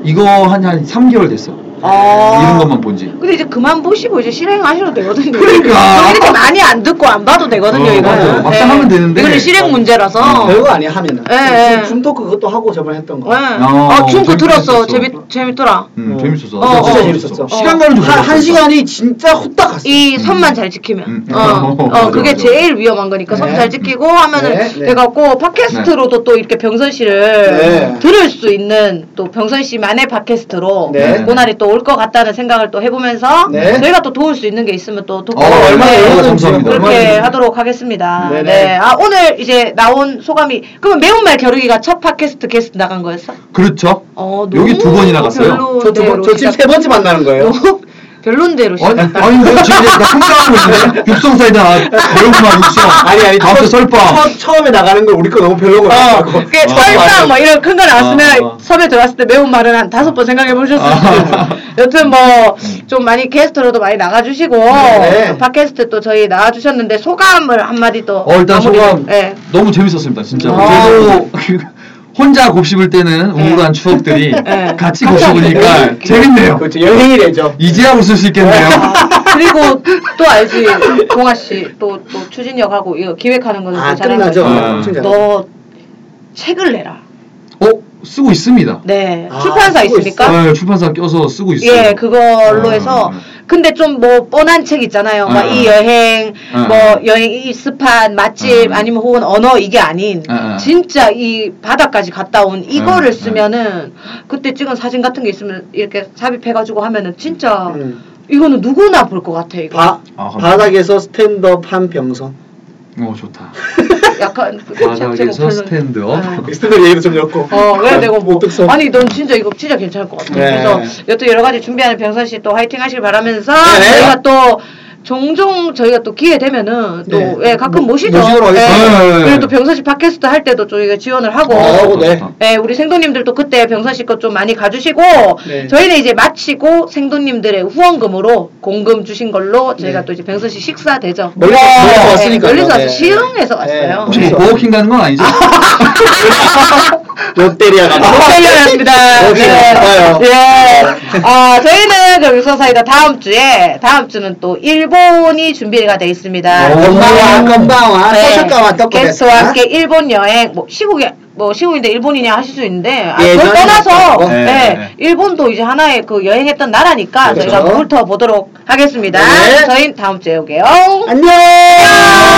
이거 한한 3개월 됐어.
아.
이런 것만 본지.
근데 이제 그만 보시고 이제 실행하셔도 되거든요.
그러니까.
이렇게 많이 안 듣고 안 봐도 되거든요
어,
이거는.
맞아.
막상
네.
하면 되는데. 어. 음.
이거는 실행 문제라서.
별거 아니야 하면은
어. 예, 예.
춤토크 그것도 하고 저번에 했던
예.
거
어,
어,
춤그 들었어.
재밌었어.
재밌 재밌더라.
음,
어.
재밌었어.
어,
진짜
어.
재밌었어.
시간 가는 줄
한,
몰랐어.
한 시간이 진짜 후딱 갔어.
이 선만 잘 지키면.
음.
어, 어,
맞아,
그게
맞아.
제일 위험한 거니까 선
네.
잘 지키고 하면은
네, 네.
돼갖고
네.
팟캐스트로도 또 이렇게 병선 씨를
네.
들을 수 있는 또 병선 씨만의 팟캐스트로
네.
고날이 또 올 것 같다는 생각을 또 해보면서
네.
저희가 또 도울 수 있는 게 있으면 또 돕고
어, 얼마나
네.
얼마나 감사합니다.
그렇게
얼마나
하도록 하겠습니다.
네네.
네. 아 오늘 이제 나온 소감이 그러면 매운말 겨루기가 첫 팟캐스트 게스트 나간 거였어?
그렇죠.
어,
여기 두 번이나
너무
갔어요.
별로 네, 어.
저, 두 번, 저
내용이다.
지금 세 번째 만나는 거예요.
너무 별론대로
아니,
시작했다.
아니, 뭐, 지금 나 성장하고 있는데? 육성사이다, 매운맛 육성.
아니 아니
다음주 설빵.
처, 처음에 나가는 걸 우리 거 너무 별로고
어, 그게
어, 맞아.
설탕 뭐 이런 큰 거 나왔으면
어, 어.
섭외 들어왔을 때 매운말은 한 다섯 번 생각해 보셨을
아. 음.
거예요. 여튼 뭐 좀 많이 게스트로도 많이 나가주시고 그
네.
팟캐스트 또 저희 나와주셨는데 소감을 한마디 또
어, 일단
마무리로.
소감
예.
너무 재밌었습니다, 진짜.
아.
그래도 혼자 곱씹을 때는
네.
우울한 추억들이
네.
같이 곱씹으니까 재밌네요.
그렇죠 여행이 되죠
이제야 웃을 수 있겠네요.
그리고 또 알지 동아 씨또 또 추진력하고 이거 기획하는 거는
아
또 잘하는
끝나죠 어,
거지.
아.
엄청 잘
너 책을 내라.
어, 쓰고 있습니다.
네
아,
출판사
쓰고
있습니까?
네, 출판사 껴서 쓰고 있어요.
예, 그걸로 해서
음.
근데 좀 뭐 뻔한 책 있잖아요. 막
음.
이 여행,
음.
뭐 여행 이 스팟, 맛집
음.
아니면 혹은 언어 이게 아닌
음.
진짜 이 바다까지 갔다 온 이거를
음.
쓰면은 그때 찍은 사진 같은 게 있으면 이렇게 삽입해가지고 하면은 진짜
음.
이거는 누구나 볼 것 같아 이거.
바,
아, 감사합니다.
바닥에서 스탠드업 한 병선
어, 좋다.
약간 그 제목
바닥에서
별로-
스탠드업.
아.
스탠드업 얘기도 좀 엮고
어, 왜 내가 뭐.
목득성
아니, 넌 진짜 이거 진짜 괜찮을 것 같아.
네.
그래서 여튼 여러 가지 준비하는 병선 씨 또 화이팅 하시길 바라면서
네.
저희가 또 종종 저희가 또 기회 되면은 또
네.
예, 가끔
모-
모시죠.
모시도록
하겠습니다. 네, 네, 네.
그리고 또 병선 씨 팟캐스트 할 때도 저희가 지원을 하고.
어,
좋다,
네.
좋다.
예, 우리 생도님들도 그때 병선 씨 것 좀 많이 가주시고
네.
저희는 이제 마치고 생도님들의 후원금으로 공금 주신 걸로 저희가
네.
또 이제 병선 씨 식사 되죠.
멀리서- 멀리서
네,
왔으니까요.
멀리서
네.
왔어요. 시흥에서 왔어요. 네.
혹시 뭐
그래서-
버거킹 가는 건 아니죠?
롯데리아
아,
가면
목소리였습니다. 네.
역시 나빠요.
예. 아, 저희는 그럼 육성사이다 다음 주에, 다음 주는 또 일본이 준비가 돼
어,
있습니다.
오.
네. 건방와 건방와
네.
소식가와 떡고
게스트와 함께 일본 여행, 뭐, 시국에, 뭐, 시국인데 일본이냐 하실 수 있는데, 아,
예,
그걸
저는
떠나서,
뭐,
예,
네, 네.
일본도 이제 하나의 그 여행했던 나라니까
그렇죠.
저희가 훑어보도록 하겠습니다.
네.
저희 다음 주에 올게요.
안녕